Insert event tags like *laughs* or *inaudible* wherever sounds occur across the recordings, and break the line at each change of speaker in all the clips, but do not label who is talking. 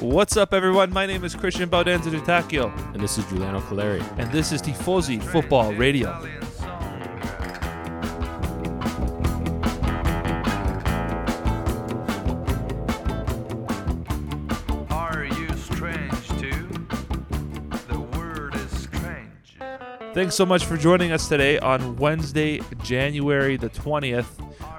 What's up, everyone? My name is Christian Baudenza Dutakio,
And this is Giuliano Caleri.
and this is Tifosi Football Radio.
Are you strange too? The word is strange.
Thanks so much for joining us today on Wednesday, January the 20th.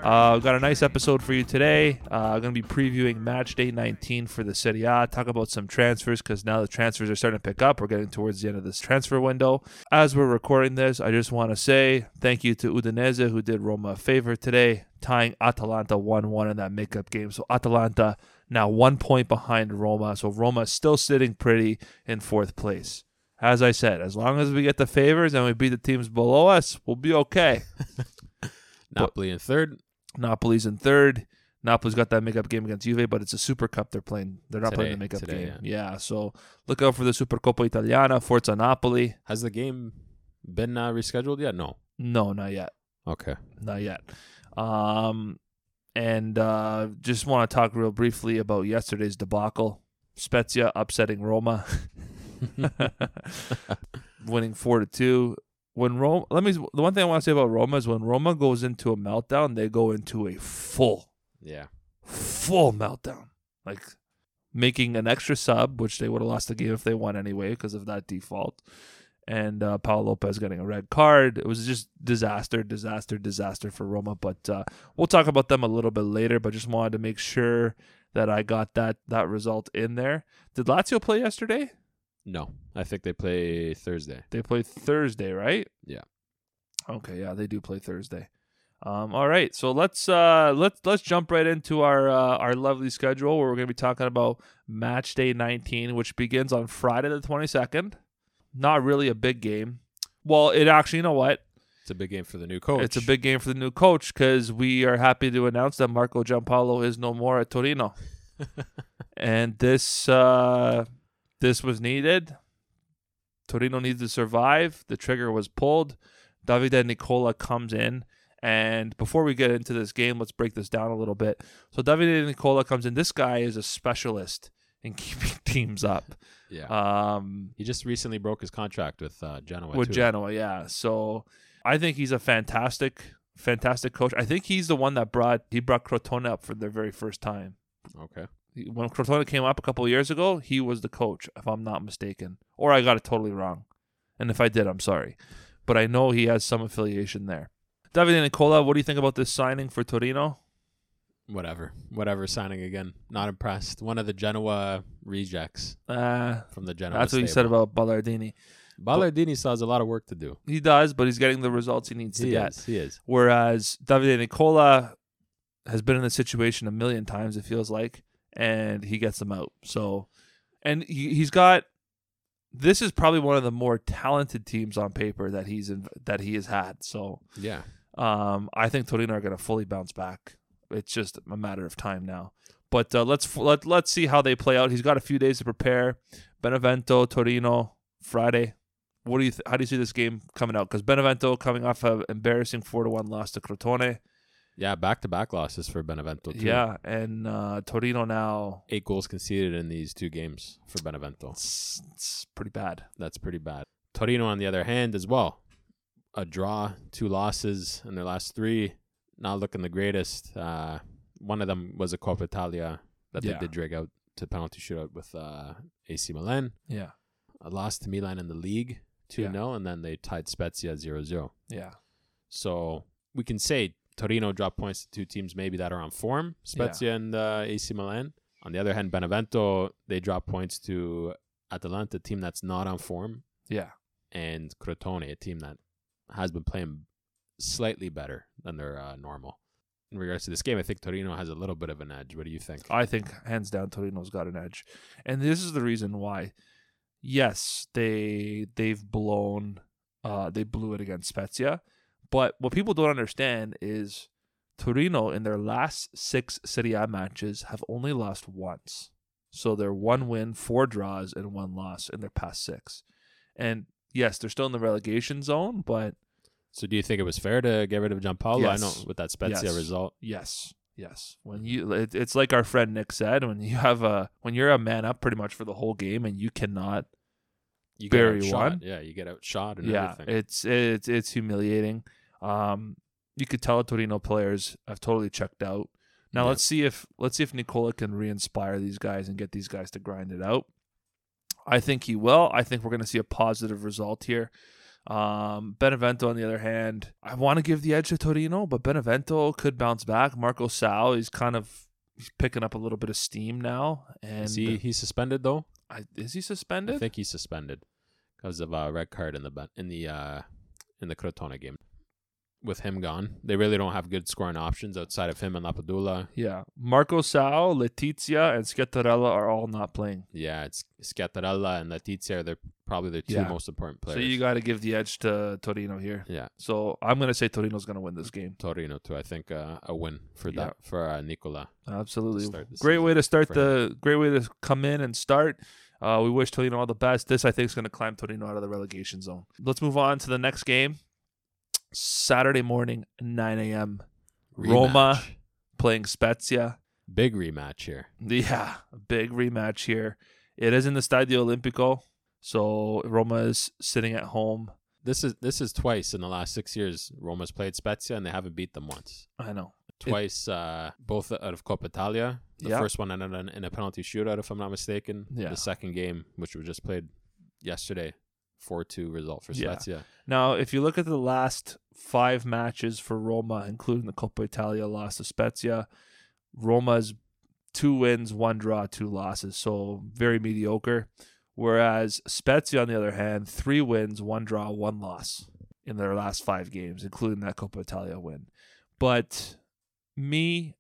Uh, we've got a nice episode for you today. Uh, going to be previewing match day 19 for the Serie A. Talk about some transfers because now the transfers are starting to pick up. We're getting towards the end of this transfer window. As we're recording this, I just want to say thank you to Udinese who did Roma a favor today, tying Atalanta 1 1 in that makeup game. So Atalanta now one point behind Roma. So Roma still sitting pretty in fourth place as I said, as long as we get the favors and we beat the teams below us, we'll be
*laughs*
okay.
Napoli in third.
Napoli's in third. Napoli's got that makeup game against Juve, but it's a Super Cup they're playing. They're not playing the
Today-
makeup
today,
game. Yeah. so look out for the Supercoppa Italiana, Forza Napoli.
Has the game been uh, rescheduled yet? No.
No, not yet.
Okay.
Not yet. Um, and uh, just want to talk real briefly about yesterday's debacle. Spezia upsetting Roma, winning four to two. When Rome, let me. The one thing I want to say about Roma is when Roma goes into a meltdown, they go into a full,
Yeah.
full meltdown. Like making an extra sub, which they would have lost the game if they won anyway because of that default. And uh, Paul Lopez getting a red card. It was just disaster, disaster, disaster for Roma. But uh, we'll talk about them a little bit later. But just wanted to make sure that I got that that result in there. Did Lazio play yesterday?
No. I think they play Thursday.
They play Thursday, right?
Yeah.
Okay, yeah, they do play Thursday. Um, all right, so let's uh, let's let's jump right into our uh, our lovely schedule where we're going to be talking about match day 19, which begins on Friday the 22nd. Not really a big game. Well, it actually, you know what?
It's a big game for the new coach.
It's a big game for the new coach because we are happy to announce that Marco Giampaolo is no more at
*laughs*
Torino, and this uh, this was needed. Torino needs to survive. The trigger was pulled. Davide Nicola comes in, and before we get into this game, let's break this down a little bit. So Davide Nicola comes in. This guy is a specialist in *laughs* keeping teams up.
Yeah.
Um,
he just recently broke his contract with uh, Genoa.
with
too.
Genoa, yeah. So I think he's a fantastic, fantastic coach. I think he's the one that brought he brought Crotone up for their very first time.
Okay.
He- When Crotone came up a couple of years ago, he was the coach, if I'm not mistaken, or I got it totally wrong. And if I did, I'm sorry, but I know he has some affiliation there. Davide Nicola, what do you think about this signing for Torino?
Whatever. Whatever. Signing again. Not impressed. One of the Genoa rejects
Uh,
from the Genoa.
that's what you said about Ballardini.
Ballardini still has a lot of work to do.
He does, but he's getting the results he needs to
He
get.
is. He is.
Whereas Davide Nicola has been in this situation a million times, it feels like, and he gets them out. So, and he, he's got this is probably one of the more talented teams on paper that he's in, that he has had. So,
Yeah.
um, I think Torino are going to fully bounce back. It's just a matter of time now. But uh, let's let let's see how they play out. He's got a few days to prepare. Benevento, Torino, Friday. What do you th- how do you see this game coming out? Because Benevento coming off an embarrassing four to one loss to Crotone.
Yeah. Back to back losses for Benevento. Too.
Yeah, and uh, Torino now
Eight goals conceded in these two games for Benevento.
it's, it's pretty bad.
That's pretty bad. Torino, on the other hand, as well, a draw, two losses in their last three, not looking the greatest. Uh, one of them was a Coppa Italia that
Yeah.
they did drag out to penalty shootout with uh, AC Milan.
Yeah,
A loss to Milan in the league, 2 0, and then they tied Spezia 0 0.
yeah,
So we can say Torino dropped points to two teams maybe that are on form, Spezia and uh, AC Milan. On the other hand, Benevento, they drop points to Atalanta, a team that's not on form
yeah,
and Crotone, a team that has been playing slightly better than their uh, normal. In regards to this game, I think Torino has a little bit of an edge. What do you think?
I think hands down Torino's got an edge, and this is the reason why. Yes, they they've blown, uh, they blew it against Spezia, but what people don't understand is Torino in their last six Serie A matches have only lost once, so they're one win, four draws, and one loss in their past six, and yes, they're still in the relegation zone, but
So, do you think it was fair to get rid of Giampaolo? I know
Yes.
with that Spezia
Yes.
result,
yes, Yes, when you it, it's like our friend Nick said, when you have a when you're a man up pretty much for the whole game and you cannot
You
Bury
outshot.
one.
Yeah, you get outshot and
yeah,
everything.
it's it's it's humiliating. Um, you could tell Torino players have totally checked out. Now
Yeah.
let's see if let's see if Nicola can re-inspire these guys and get these guys to grind it out. I think he will. I think we're going to see a positive result here. Um, Benevento, on the other hand, I want to give the edge to Torino, but Benevento could bounce back. Marco Sal, he's kind of he's picking up a little bit of steam now, and
Is he he's suspended though?
I, is he suspended?
I think he's suspended because of a red card in the ben- in the uh, in the Crotone game. With him gone, they really don't have good scoring options outside of him and Lapadula.
Yeah. Marco Sao, Letizia, and Scattarella are all not playing.
Yeah, it's Scattarella and Letizia are their, probably their two
Yeah.
most important players.
So you got to give the edge to Torino here.
yeah,
So I'm going to say Torino's going to win this game.
Torino too. I think uh, a win for
Yeah.
that for uh, Nicola.
Absolutely.
To start the
Great
season
way to start
for
the great way to come in and start. Uh, we wish Torino all the best. This I think is going to climb Torino out of the relegation zone. Let's move on to the next game. Saturday morning, 9 a.m. Roma
Rematch.
playing Spezia.
big rematch here.
Yeah, a big rematch here. It is in the Stadio Olimpico, so Roma is sitting at home.
This is this is twice in the last six years Roma's played Spezia and they haven't beat them once.
I know. It-
Twice, uh, both out of Coppa Italia. The
Yeah.
first one ended in- in a penalty shootout, if I'm not mistaken.
Yeah.
The second game, which was just played yesterday, four two result for
Yeah.
Spezia.
Now, if you look at the last five matches for Roma, including the Coppa Italia loss to Spezia, Roma's two wins, one draw, two losses, so very mediocre. Whereas Spezia, on the other hand, three wins, one draw, one loss in their last five games, including that Coppa Italia win. But me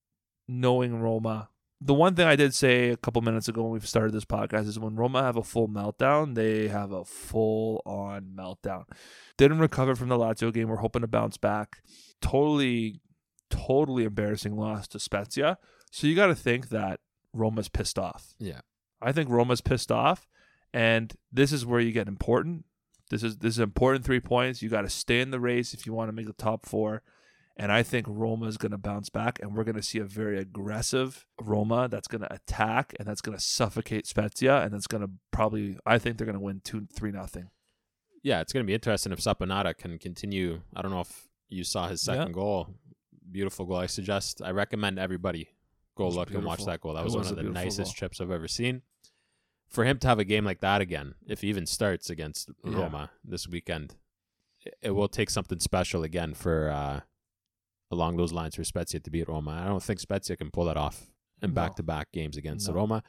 knowing Roma, the one thing I did say a couple minutes ago when we started this podcast is when Roma have a full meltdown, they have a full on meltdown. Didn't recover from the Lazio game. We're hoping to bounce back. Totally, totally embarrassing loss to Spezia. So you got to think that Roma's pissed off.
Yeah.
I think Roma's pissed off, and this is where you get important. This is this is important three points. You got to stay in the race if you want to make the top four. And I think Roma is going to bounce back, and we're going to see a very aggressive Roma that's going to attack and that's going to suffocate Spezia, and that's going to probably. I think they're going to win two, three, nothing.
Yeah, it's going to be interesting if Saponara can continue. I don't know if you saw his
Yeah.
second goal. Beautiful goal. I suggest, I recommend everybody go
was
look and watch
beautiful.
that goal. That
It
was,
was a
one of the
beautiful
nicest
goal.
trips I've ever seen. For him to have a game like that again, if he even starts against
Yeah.
Roma this weekend, it- it will take something special again for uh, along those lines for Spezia to beat Roma. I don't think Spezia can pull that off in
No.
back to back games against
No.
Roma.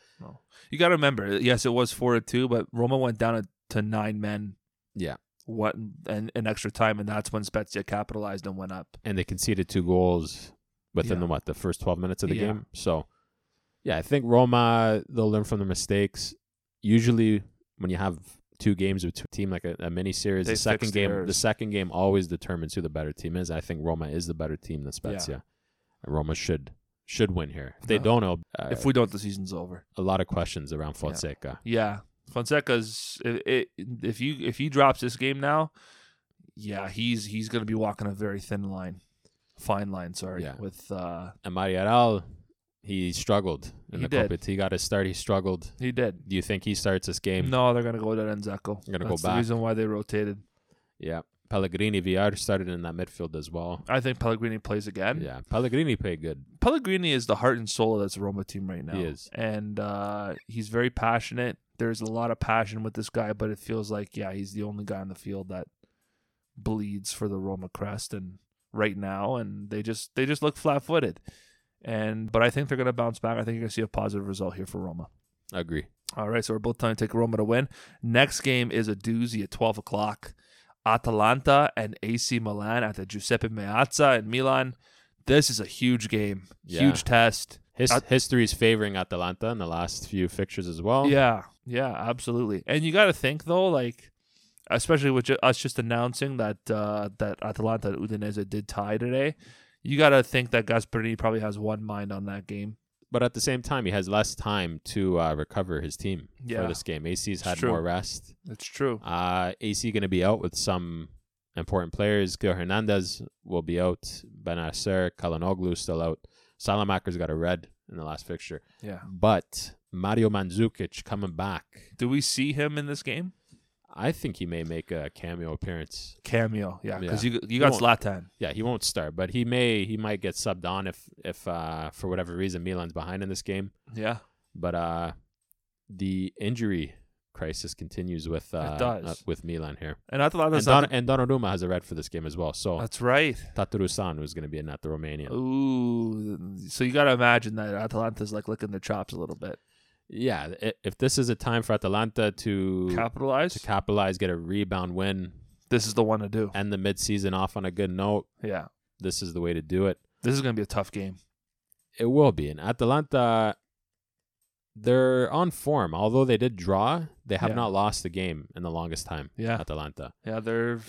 You got to remember, yes, it was four to two, but Roma went down to nine men.
Yeah.
What and an extra time, and that's when Spezia capitalized and went up.
and they conceded two goals within
Yeah.
the what the first 12 minutes of the
Yeah.
game so yeah i think roma they'll learn from their mistakes usually when you have two games with a team like a, a mini series
They
the second
fix
game the
theirs.
second game always determines who the better team is i think roma is the better team than spezia and roma should should win here if they
Yeah.
don't know uh,
if we don't, the season's over.
a lot of questions around fonseca
Yeah, Fonseca's i i if you if he drops this game now, yeah, he's he's gonna be walking a very thin line, fine line. Sorry,
Yeah.
with uh,
and mariaral he struggled in
He
the cup
did.
he got his start he struggled
he did.
do you think he starts this game
No, they're gonna go to Enzeko.
They're gonna go
That's
back.
The reason why they rotated.
yeah pellegrini vr started in that midfield as well
I think Pellegrini plays again.
Yeah, Pellegrini played good.
Pellegrini is the heart and soul of this Roma team right now.
He is.
and uh, he's very passionate. There's a lot of passion with this guy, but it feels like yeah, he's the only guy on the field that bleeds for the Roma crest, and right now, and they just they just look flat footed. And but I think they're gonna bounce back. I think you're gonna see a positive result here for Roma.
I agree.
All right, so we're both trying to take Roma to win. Next game is a doozy at 12 o'clock. Atalanta and AC Milan at the Giuseppe Meazza in Milan. This is a huge game,
Yeah.
huge test.
His,
At-
history is favoring Atalanta in the last few fixtures as well.
Yeah, yeah, absolutely. And you got to think though, like especially with ju- us just announcing that uh, that Atalanta and Udinese did tie today, you got to think that Gasperini probably has one mind on that game.
But at the same time, he has less time to uh, recover his team
Yeah.
for this game. AC's
It's
had
true.
more rest.
It's true.
Uh, AC going to be out with some important players. Gil Hernandez will be out. Benacer, Kalanoglu still out. Salamaker's got a red in the last fixture.
Yeah.
But Mario Mandzukic coming back,
Do we see him in this game?
I think he may make a cameo appearance.
Cameo. Yeah. Because
Yeah.
you you
He
got
won't.
Zlatan.
Yeah, he won't start, but he may he might get subbed on if if uh, for whatever reason Milan's behind in this game.
Yeah.
But uh, the injury crisis continues with uh,
does.
uh, with Milan here.
And I thought
And,
that's
Don- and Donnarumma has a red for this game as well. So
That's right.
Tataru San was going to be in at the Romanian.
Ooh, so you got to imagine that Atalanta's like licking their chops a little bit.
Yeah, i- if this is a time for Atalanta to
Capitalize.
to capitalize, get a rebound win,
this is the one to do.
end the midseason off on a good note,
Yeah,
this is the way to do it.
this is gonna be a tough game.
It will be. And Atalanta, they're on form. Although they did draw, they have
Yeah.
not lost the game in the longest time.
Yeah.
Atalanta.
Yeah, they're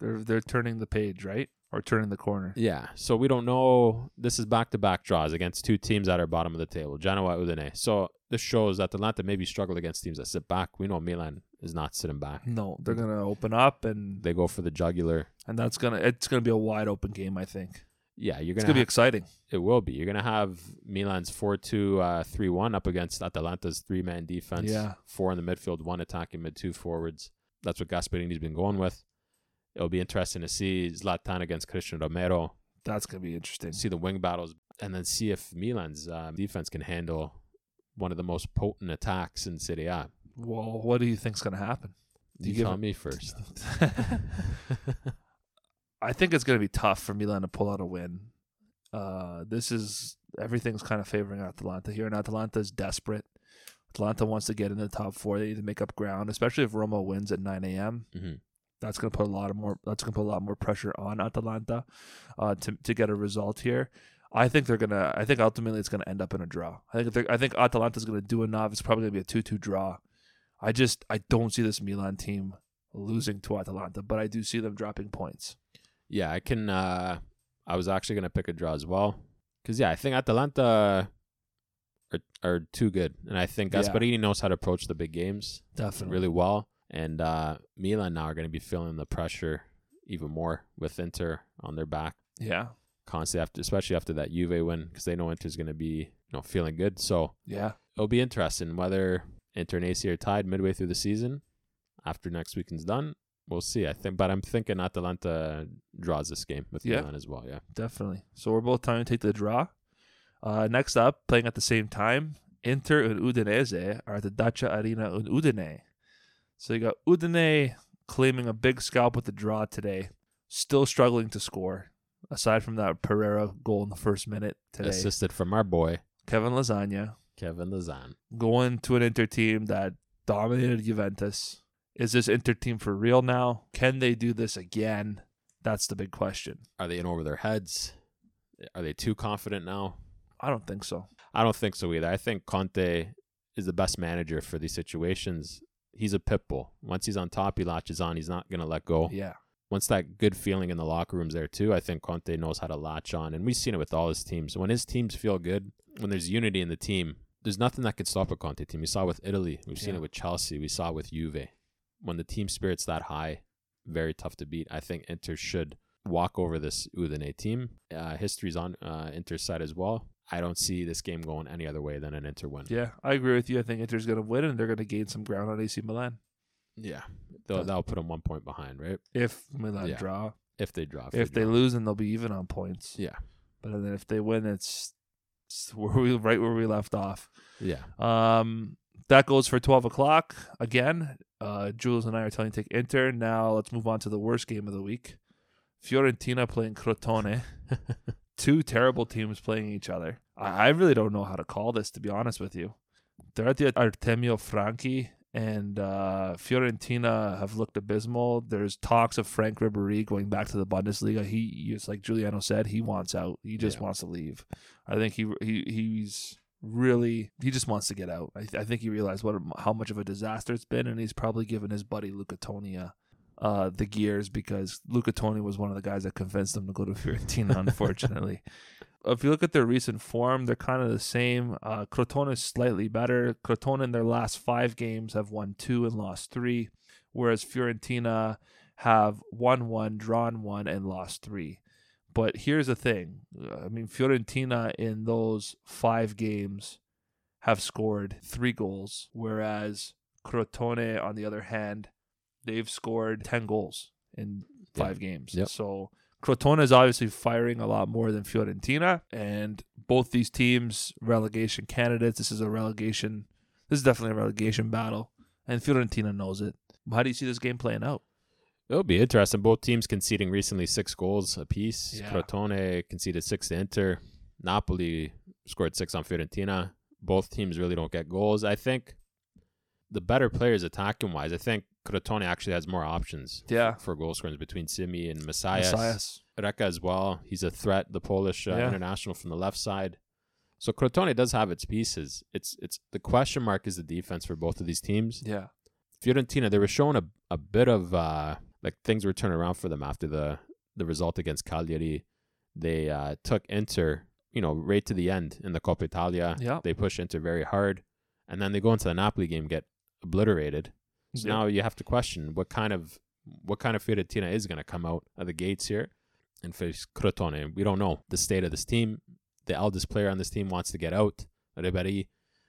they're they're turning the page, right? Or turning the corner.
Yeah. So we don't know. This is back to back draws against two teams at our bottom of the table, Genoa Udine. So this shows that Atalanta maybe struggled against teams that sit back. We know Milan is not sitting back.
No, they're gonna open up, and
They go for the jugular.
and that's gonna it's gonna be a wide open game. I think
Yeah, you're
it's
gonna.
gonna be
ha-
exciting.
it will be. You're gonna have Milan's four-two, uh, three-one up against Atalanta's three-man defense.
Yeah.
four in the midfield, one attacking mid, two forwards. That's what Gasperini's been going with. It'll be interesting to see Zlatan against Christian Romero.
That's gonna be interesting.
See the wing battles, and then see if Milan's uh, defense can handle one of the most potent attacks in Serie A.
Well, what do you think's gonna
*laughs*
happen? *laughs* Do
You,
you give
tell
it-
me first.
*laughs*
*laughs*
I think it's gonna be tough for Milan to pull out a win. Uh, this is everything's kind of favoring Atalanta here, and Atalanta is desperate. Atalanta wants to get in the top four. They need to make up ground, especially if Roma wins at 9 a.m.
Mhm.
That's going to put a lot of more. That's going to put a lot more pressure on Atalanta uh, to to get a result here. I think they're gonna. I think ultimately it's gonna end up in a draw. I think they're- I think Atalanta's gonna do enough. It's probably gonna be a two-two draw. I just I don't see this Milan team losing to Atalanta, but I do see them dropping points.
Yeah, I can. Uh, I was actually gonna pick a draw as well, because yeah, I think Atalanta are are too good, and I think
Yeah.
Gasparini knows how to approach the big games
Definitely.
really well, and uh, Milan now are gonna be feeling the pressure even more with Inter on their back
Yeah.
constantly after, especially after that Juve win, because they know Inter's gonna be you know feeling good. So
Yeah.
it'll be interesting whether Inter and AC are tied midway through the season. After next weekend's done, we'll see. I think, but I'm thinking Atalanta draws this game with
Yeah.
Milan as well. Yeah.
Definitely. So we're both trying to take the draw. Uh, next up, playing at the same time, Inter and Udinese are at the Dacia Arena in Udine. So you got Udine claiming a big scalp with the draw today, still struggling to score. Aside from that Pereira goal in the first minute today,
Assisted from our boy
Kevin Lasagna
Kevin Lazan.
going to an Inter team that dominated Juventus. Is this Inter team for real now? Can they do this again? That's the big question.
Are they in over their heads? Are they too confident now?
I don't think so.
I don't think so either. I think Conte is the best manager for these situations. He's a pit bull. Once he's on top, he latches on. He's not gonna let go.
Yeah.
Once that good feeling in the locker room's there too, I think Conte knows how to latch on, and we've seen it with all his teams. When his teams feel good, when there's unity in the team, there's nothing that can stop a Conte team. We saw it with Italy. We've seen
Yeah.
it with Chelsea. We saw it with Juve. When the team spirit's that high, very tough to beat. I think Inter should walk over this Udine team. Uh, history's on uh, Inter's side as well. I don't see this game going any other way than an Inter win.
Yeah, I agree with you. I think Inter's going to win and they're going to gain some ground on AC Milan.
yeah. They'll, that'll put them one point behind, right?
If Milan
Yeah.
draw,
If they draw.
if they
draw.
lose, then they'll be even on points.
yeah,
But then if they win, it's, it's where we right where we left off.
yeah,
Um, that goes for twelve o'clock again. Uh, Jules and I are telling you to take Inter. Now let's move on to the worst game of the week. Fiorentina playing Crotone. Two terrible teams playing each other. I, I really don't know how to call this, to be honest with you. They're at the Artemio Franchi, and uh, Fiorentina have looked abysmal. There's talks of Frank Ribery going back to the Bundesliga. He, just like Giuliano said, he wants out. He just
Yeah.
wants to leave. I think he he he's really he just wants to get out. I, th- I think he realized what a- how much of a disaster it's been, and he's probably given his buddy Luca Tonia uh, the gears because Luca Toni was one of the guys that convinced him to *laughs* go to Fiorentina. Unfortunately, if you look at their recent form, they're kind of the same. Uh, Crotone is slightly better. Crotone in their last five games have won two and lost three, whereas Fiorentina have won one, drawn one, and lost three. But here's the thing: Uh, I mean, Fiorentina in those five games have scored three goals, whereas Crotone, on the other hand, they've scored ten goals in
Yeah.
five games.
Yep.
So Crotone is obviously firing a lot more than Fiorentina, and both these teams relegation candidates. This is a relegation. This is definitely a relegation battle, and Fiorentina knows it. How do you see this game playing out?
It'll be interesting. Both teams conceding recently six goals apiece.
Yeah.
Crotone conceded six to Inter. Napoli scored six on Fiorentina. Both teams really don't get goals. I think the better players attacking wise, I think Crotone actually has more options
Yeah,
for goal scoring between Simi and Messias.
Messias.
Reka as well. He's a threat, the Polish uh,
Yeah.
international from the left side. So Crotone does have its pieces. It's it's the question mark is the defense for both of these teams.
Yeah,
Fiorentina, they were showing a, a bit of uh, like things were turning around for them after the the result against Cagliari. They uh, took Inter, you know, right to the end in the Coppa Italia.
Yeah.
They push Inter very hard, and then they go into the Napoli game, get obliterated. So now you have to question what kind of what kind of Fiorentina is going to come out of the gates here and face Crotone. We don't know the state of this team. The eldest player on this team wants to get out. Ribéry.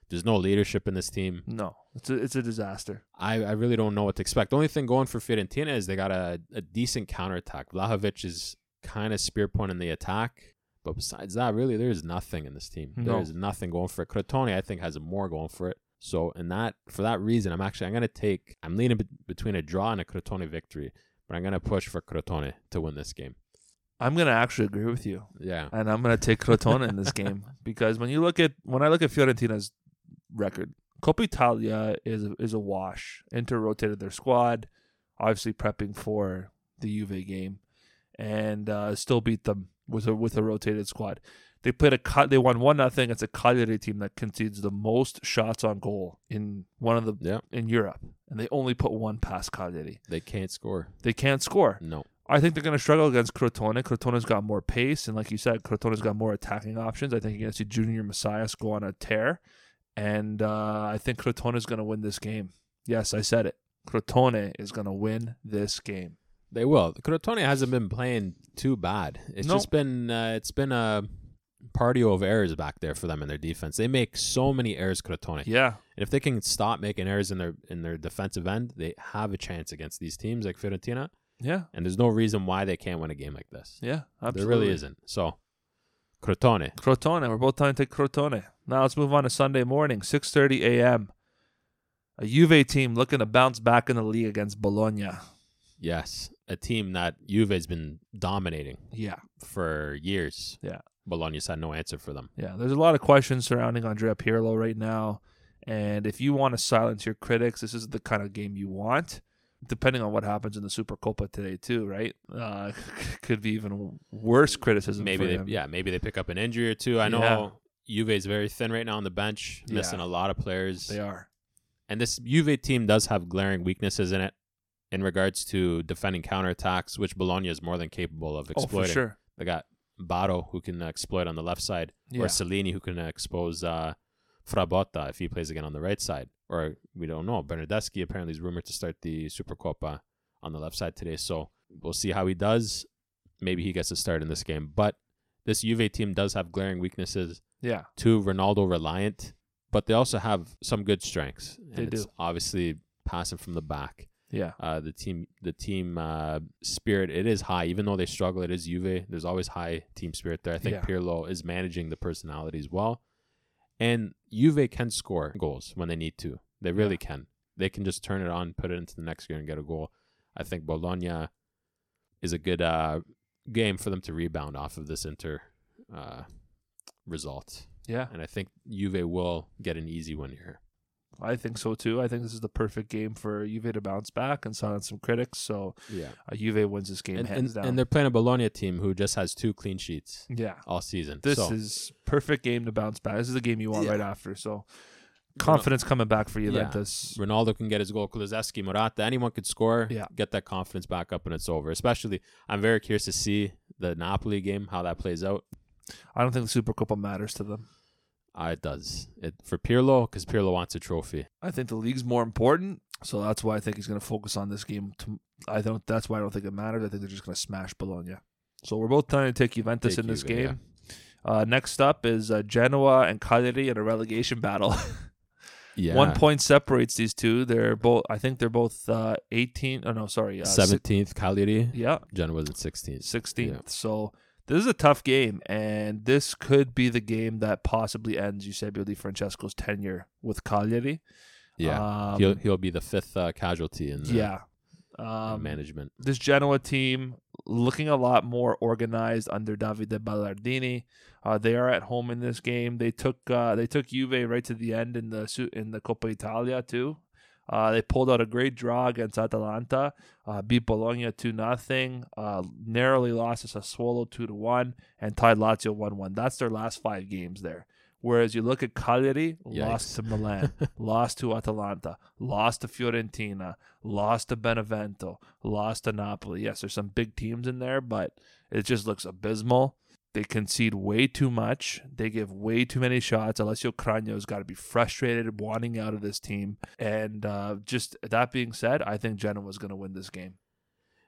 There's no leadership in this team.
no, it's a, it's a disaster.
I, I really don't know what to expect. The only thing going for Fiorentina is they got a, a decent counterattack. Vlahovic is kind of spear pointing the attack. But besides that, really, there is nothing in this team.
No.
There is nothing going for it. Crotone, I think, has more going for it. So, in that for that reason, I'm actually I'm gonna take. I'm leaning bet between a draw and a Crotone victory, but I'm gonna push for Crotone to win this game.
I'm gonna actually agree with you,
Yeah,
and I'm gonna take Crotone in this
*laughs*
game because when you look at when I look at Fiorentina's record, Coppa Italia is a, is a wash. Inter rotated their squad, obviously prepping for the Juve game, and uh, still beat them with a with a rotated squad. They played a cut. They won one nothing. It's a Cagliari team that concedes the most shots on goal in one of the
yeah,
in Europe, and they only put one past Cagliari.
they can't score.
They can't score.
No,
I think they're going to struggle against Crotone. Crotone's got more pace, and like you said, Crotone's got more attacking options. I think you're going to see Junior Messias go on a tear, and uh, I think Crotone's going to win this game. Yes, I said it. Crotone is going to win this game.
They will. Crotone hasn't been playing too bad. It's
No.
just been uh, it's been a party of errors back there for them in their defense. They make so many errors, Crotone.
Yeah,
And if they can stop making errors in their in their defensive end, they have a chance against these teams like Fiorentina.
yeah,
And there's no reason why they can't win a game like this.
yeah. Absolutely.
There really isn't. So, Crotone.
Crotone. We're both trying to take Crotone. Now let's move on to Sunday morning, 6:30 a.m. A Juve team looking to bounce back in the league against Bologna.
Yes, a team that Juve's been dominating
Yeah.
for years.
Yeah.
Bologna's had no answer for them.
Yeah, there's a lot of questions surrounding Andrea Pirlo right now. And if you want to silence your critics, this is the kind of game you want. Depending on what happens in the Super Copa today, too, right? Uh, *laughs* could be even worse criticism.
maybe
for
they,
him.
yeah, maybe they pick up an injury or two. I know Juve's very thin right now on the bench,
Yeah.
missing a lot of players.
they are.
And this Juve team does have glaring weaknesses in it in regards to defending counterattacks, which Bologna is more than capable
Oh,
of
for
exploiting.
sure.
They got Baro who can exploit on the left side,
Yeah.
or Cellini who can expose uh, Frabotta if he plays again on the right side. Or we don't know. Bernardeschi apparently is rumored to start the Supercoppa on the left side today. So we'll see how he does. Maybe he gets a start in this game. But this Juve team does have glaring weaknesses.
Yeah,
Two, Ronaldo reliant, but they also have some good strengths. And
They
it's
do.
obviously passing from the back
yeah,
uh, the team the team uh, spirit it is high even though they struggle it is Juve there's always high team spirit there I think
Yeah.
Pirlo is managing the personalities well and Juve can score goals when they need to they really can they can just turn it on put it into the next gear and get a goal I think Bologna is a good uh, game for them to rebound off of this Inter uh, result
yeah.
and I think Juve will get an easy win here
I think so too. I think this is the perfect game for Juve to bounce back and silence some critics. So
yeah
uh, Juve wins this game
and,
hands
and,
down.
and they're playing a Bologna team who just has two clean sheets
yeah,
all season.
this
so,
is perfect game to bounce back. This is the game you want
Yeah.
right after. So confidence coming back for
Yeah.
Juventus.
Ronaldo can get his goal. Kulizeski, Morata, anyone could score.
Yeah.
Get that confidence back up and it's over. Especially, I'm very curious to see the Napoli game, how that plays out.
I don't think the Super Copa matters to them.
Uh, it does. It For Pirlo, because Pirlo wants a trophy.
I think the league's more important, so that's why I think he's going to focus on this game. To, I don't. That's why I don't think it matters. I think they're just going to smash Bologna. So we're both trying to take Juventus
Take
in this
Juve, yeah.
game. Uh, next up is uh, Genoa and Cagliari in a relegation battle. *laughs*
Yeah.
One point separates these two. They're both. I think they're both uh, 18. Oh no, sorry, uh, si-
17th, Cagliari.
yeah,
Genoa was at 16th.
16th. So this is a tough game, and this could be the game that possibly ends Eusebio Di Francesco's tenure with Cagliari.
Yeah.
Um,
he'll he'll be the fifth uh, casualty in, uh,
yeah.
in
Um,
management.
this Genoa team looking a lot more organized under Davide Ballardini. Uh, they are at home in this game. They took uh, they took Juve right to the end in the su- in the Coppa Italia too. Uh, they pulled out a great draw against Atalanta, uh, beat Bologna two nothing, uh, narrowly lost to Sassuolo two to one, and tied Lazio one one. That's their last five games there. Whereas you look at Cagliari, lost
Yikes.
to Milan, lost to Atalanta, lost to Fiorentina, lost to Benevento, lost to Napoli. Yes, there's some big teams in there, but it just looks abysmal. They concede way too much. They give way too many shots. Alessio Cragno's got to be frustrated, wanting out of this team. And uh, just that being said, I think Genoa's going to win this game.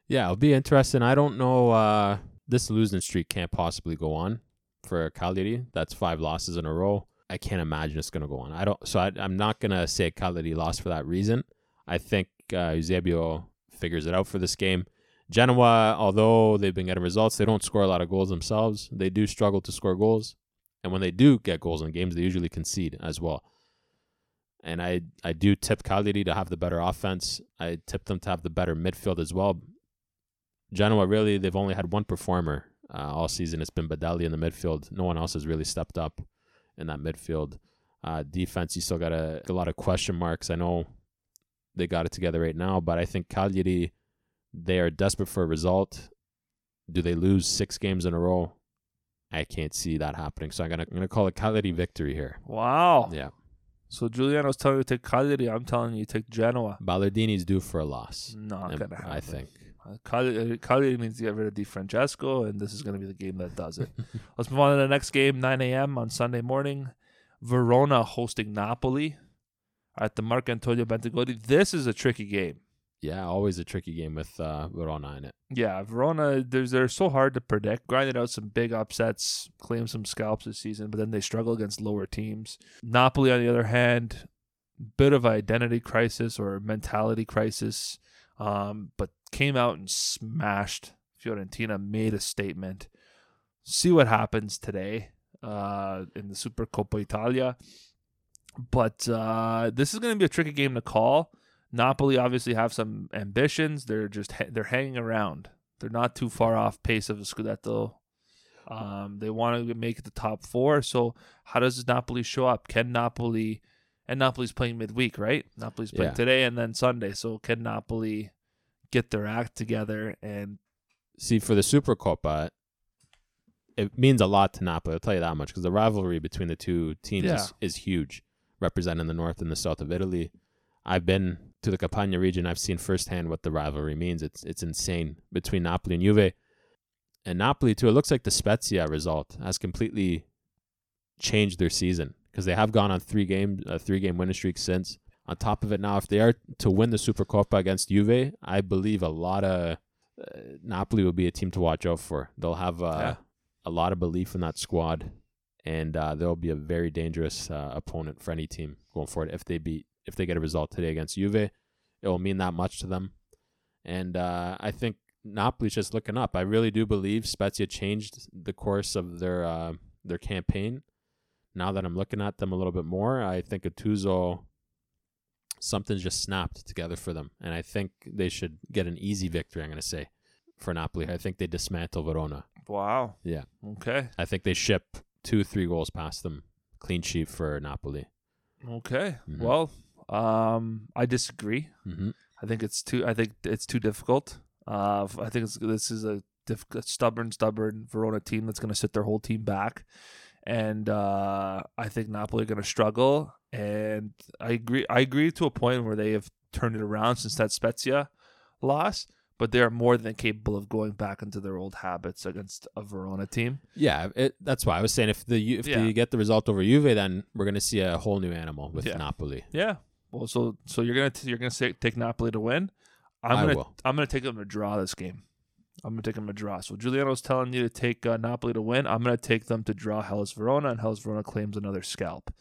Yeah, it'll be interesting. I don't know. Uh, this losing streak can't possibly go on for Cagliari. That's five losses in a row. I can't imagine it's going to go on. I don't. So I, I'm not going to say Cagliari lost for that reason. I think uh, Eusebio figures it out for this game. Genoa, although they've been getting results, they don't score a lot of goals themselves. They do struggle to score goals, and when they do get goals in games, they usually concede as well. And I, I do tip Cagliari to have the better offense. I tip them to have the better midfield as well. Genoa really they've only had one performer uh, all season. It's been Badelli in the midfield. No one else has really stepped up in that midfield. Uh, defense, you still got a, a lot of question marks. I know they got it together right now, but I think Cagliari they are desperate for a result. Do they lose six games in a row? I can't see that happening. So I'm gonna I'm gonna call it Cagliari victory here.
Wow.
Yeah,
So Giuliano's telling you to take Cagliari. I'm telling you to take Genoa.
Ballardini's due for a loss.
Not
and
going to happen.
I think.
Uh, Cagliari Cagliari needs to get rid of Di Francesco, and this is going to be the game that does
*laughs*
it. Let's move on to the next game, 9 a.m. on Sunday morning. Verona hosting Napoli at the Marco Antonio Bentegodi. This is a tricky game.
Yeah, always a tricky game with uh, Verona in it.
Yeah, Verona, they're, they're so hard to predict. Grinded out some big upsets, claimed some scalps this season, but then they struggle against lower teams. Napoli, on the other hand, bit of identity crisis or mentality crisis, um, but came out and smashed Fiorentina, made a statement. See what happens today uh, in the Super Coppa Italia. But uh, this is going to be a tricky game to call. Napoli obviously have some ambitions. They're just ha- they're hanging around. They're not too far off pace of the Scudetto. Um, they want to make it the top four. So how does Napoli show up? Can Napoli and Napoli's playing midweek, right? Napoli's playing
Yeah.
today and then Sunday. So can Napoli get their act together and
see for the Supercoppa, it means a lot to Napoli. I'll tell you that much because the rivalry between the two teams
Yeah.
is, is huge, representing the north and the south of Italy. I've been to the Campania region. I've seen firsthand what the rivalry means. It's it's insane between Napoli and Juve, and Napoli too. It looks like the Spezia result has completely changed their season because they have gone on three game a three game winning streak since. On top of it, now if they are to win the Supercoppa against Juve, I believe a lot of uh, Napoli will be a team to watch out for. They'll have uh,
Yeah.
a lot of belief in that squad, and uh, they'll be a very dangerous uh, opponent for any team going forward. If they beat, if they get a result today against Juve, it will mean that much to them. And uh, I think Napoli's just looking up. I really do believe Spezia changed the course of their uh, their campaign. Now that I'm looking at them a little bit more, I think Gattuso something's just snapped together for them, and I think they should get an easy victory. I'm going to say for Napoli, I think they dismantle Verona.
Wow.
Yeah.
Okay.
I think they ship two, three goals past them, clean sheet for Napoli.
Okay.
Mhm.
Well, um, I disagree.
Mm-hmm.
I think it's too. I think it's too difficult. Uh, f- I think it's, this is a diff- stubborn, stubborn Verona team that's going to sit their whole team back, and uh, I think Napoli are going to struggle. And I agree. I agree to a point where they have turned it around since that Spezia loss, but they are more than capable of going back into their old habits against a Verona team.
Yeah, it, that's why I was saying if the Ju- if
Yeah.
they get the result over Juve, then we're going to see a whole new animal with
Yeah.
Napoli. *laughs*
Yeah. Well, so so you're gonna t- you're gonna say, take Napoli to win. I'm
I
gonna
will.
I'm gonna take them to draw this game. I'm going to take them to draw. So Giuliano's telling you to take uh, Napoli to win. I'm going to take them to draw Hellas Verona, and Hellas Verona claims another scalp.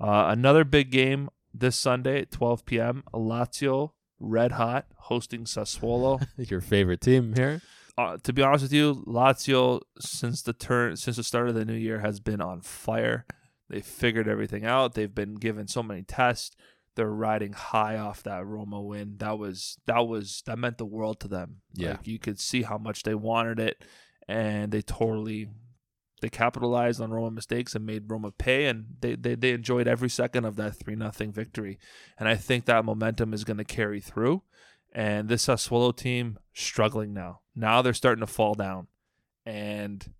Uh, another big game this Sunday at 12 p.m. Lazio, red hot, hosting Sassuolo.
Your favorite team here.
uh, to be honest with you, Lazio since the turn since the start of the new year has been on fire. They figured everything out. They've been given so many tests. They're riding high off that Roma win. That was that was that meant the world to them.
Yeah.
Like, you could see how much they wanted it, and they totally they capitalized on Roma mistakes and made Roma pay, and they they, they enjoyed every second of that three nothing victory. And I think that momentum is going to carry through and this Sassuolo team struggling now. Now they're starting to fall down, and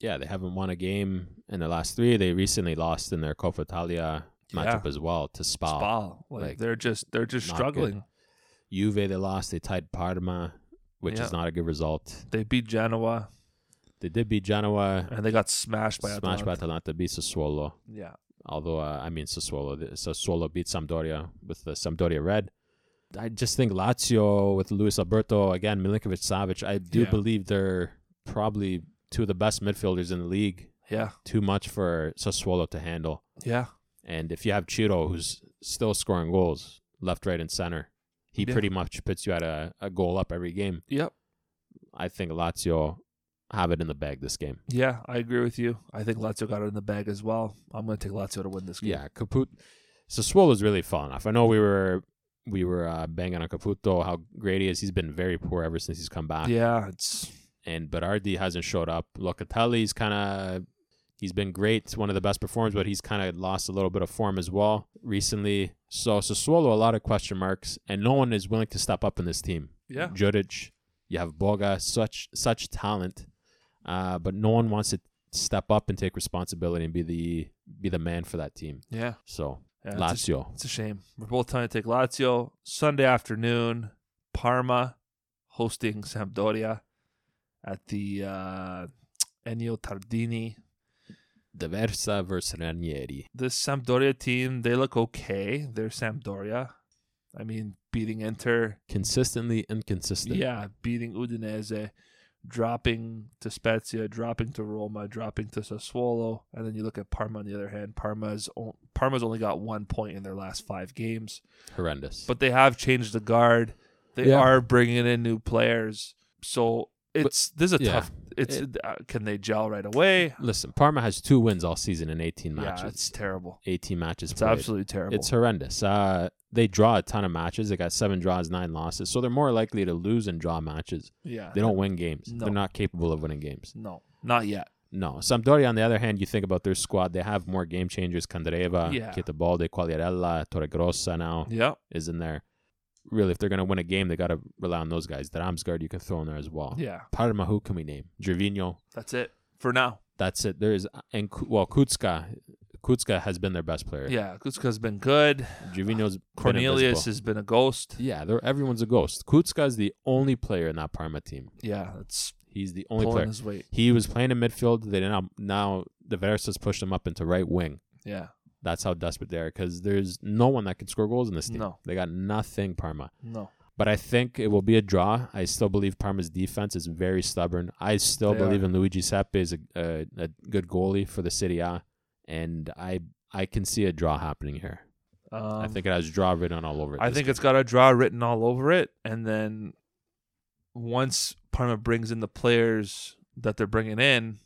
Yeah, they haven't won a game in the last three. They recently lost in their Coppa Italia matchup as well to Spa.
Spal, like,
Like,
they're just they're just
not
struggling.
Juve, they lost. They tied Parma, which
Yeah.
is not a good result.
They beat Genoa
They did beat Genoa,
and they got smashed by
smashed by
Atalanta.
Atalanta, beat Sassuolo.
Yeah,
although uh, I mean Sassuolo, the- Sassuolo beat Sampdoria with the Sampdoria red. I just think Lazio with Luis Alberto again, Milinkovic Savic. I do
Yeah.
believe they're probably two of the best midfielders in the league.
yeah,
Too much for Sassuolo to handle.
yeah.
And if you have Chiro, who's still scoring goals left, right, and center, he
Yeah.
pretty much puts you at a, a goal up every game.
Yep.
I think Lazio have it in the bag this game.
Yeah, I agree with you. I think Lazio got it in the bag as well. I'm going to take Lazio to win this game.
Yeah, Caput. Sassuolo's really fallen off. I know we were we were uh, banging on Caputo how great he is. He's been very poor ever since he's come back.
yeah. It's
And Berardi hasn't showed up. Locatelli's kind of he's been great, one of the best performers, but he's kind of lost a little bit of form as well recently. So Sassuolo, a lot of question marks, and no one is willing to step up in this team.
Yeah.
Juric, you have Boga, such such talent, uh, but no one wants to step up and take responsibility and be the be the man for that team.
yeah.
So
yeah it's a-
Lazio.
It's a shame. We're both trying to take Lazio Sunday afternoon. Parma hosting Sampdoria at the uh, Ennio Tardini.
Diversa versus Ranieri.
This Sampdoria team, they look okay. They're Sampdoria. I mean, beating Inter,
Consistently inconsistent.
yeah, beating Udinese, dropping to Spezia, dropping to Roma, dropping to Sassuolo, and then you look at Parma on the other hand. Parma's o- Parma's only got one point in their last five games.
Horrendous.
but they have changed the guard. They
Yeah.
are bringing in new players, so it's this is a
yeah.
tough. It's uh, can they gel right away?
listen, Parma has two wins all season in 18
Yeah,
matches.
it's terrible.
18 matches.
It's
played.
absolutely terrible.
It's horrendous. Uh, they draw a ton of matches. They got seven draws, nine losses. So they're more likely to lose and draw matches.
yeah,
They don't win games.
No.
They're not capable of winning games.
No, not yet.
No. Sampdoria, on the other hand, you think about their squad. They have more game changers. Candareva,
Yeah.
Kitabaldi, Quagliarella, Torregrossa now
Yep.
is in there. Really, if they're going to win a game, they got to rely on those guys. Dramsgaard, you can throw in there as well.
Yeah,
Parma, who can we name? Gervinho.
that's it for now.
That's it. There is and Ku- well, Kutska. Kutska has been their best player.
Yeah, Kuzka's been good.
Gervinho's
Cornelius
been
has been a ghost.
invisible. yeah. They're, everyone's a ghost. Kutska is the only player in that Parma team.
Yeah, it's
He's the only
pulling
player.
his weight.
He was playing in midfield. They now now the Versas pushed him up into right wing.
Yeah,
That's how desperate they are because there's no one that can score goals in this team.
No.
They got nothing, Parma.
no,
But I think it will be a draw. I still believe Parma's defense is very stubborn. I still
They
believe
are.
in Luigi Seppe is a, a, a good goalie for the City A, and I I can see a draw happening here.
um,
I think it has draw written all over it.
I
this
think
game.
it's got a draw written all over it, and then once Parma brings in the players that they're bringing in,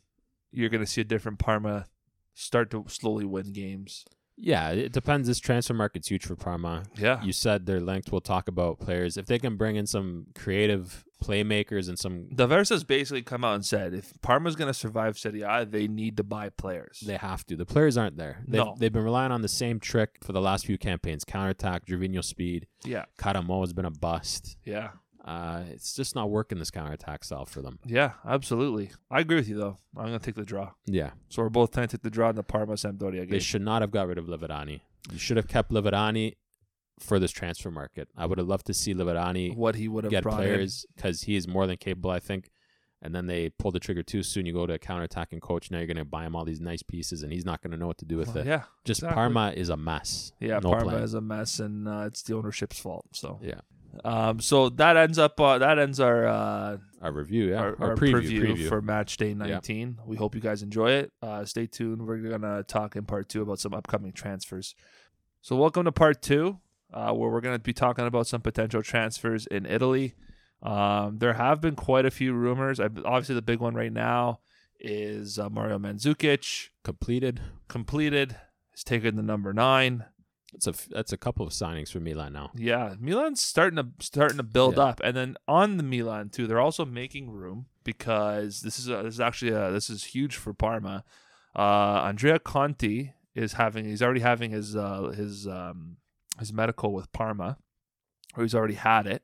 you're going to see a different Parma start to slowly win games.
yeah. It depends. This transfer market's huge for Parma.
Yeah,
You said they're linked. We'll talk about players if they can bring in some creative playmakers and some.
Daversa's basically come out and said if Parma's going to survive Serie A, they need to buy players.
They have to. The players aren't there. They've,
No.
they've been relying on the same trick for the last few campaigns: counterattack, Gervinho speed.
yeah,
Caramo has been a bust.
yeah,
Uh, it's just not working this counterattack style for them.
yeah. Absolutely, I agree with you though. I'm going to take the draw.
Yeah.
So we're both trying to take the draw in the Parma Sampdoria
They
game.
should not have got rid of Liverani. You should have kept Liverani for this transfer market. I would have loved to see Liverani
what he would have
get
brought in.
players because he is more than capable, I think. And then they pull the trigger too soon. You go to a counterattacking coach. Now you're going to buy him all these nice pieces, and he's not going to know what to do with
Well,
it.
yeah,
Just
exactly.
Parma is a mess.
Yeah,
no
Parma
plan.
is a mess, and uh, it's the ownership's fault. So
Yeah.
um, so that ends up uh, that ends our uh,
our review, yeah,
our,
our,
our
preview,
preview,
preview.
for match day 19. We hope you guys enjoy it. Uh, stay tuned. We're going to talk in part two about some upcoming transfers. So, welcome to part two, uh, where we're going to be talking about some potential transfers in Italy. Um, there have been quite a few rumors. i obviously, the big one right now is uh, Mario Mandzukic
completed.
completed, has taken the number nine.
That's a f- that's a couple of signings for Milan now.
Yeah, Milan's starting to starting to build
Yeah.
up, and then on the Milan too, they're also making room because this is a, this is actually a, this is huge for Parma. Uh, Andrea Conti is having he's already having his uh, his um, his medical with Parma, or he's already had it,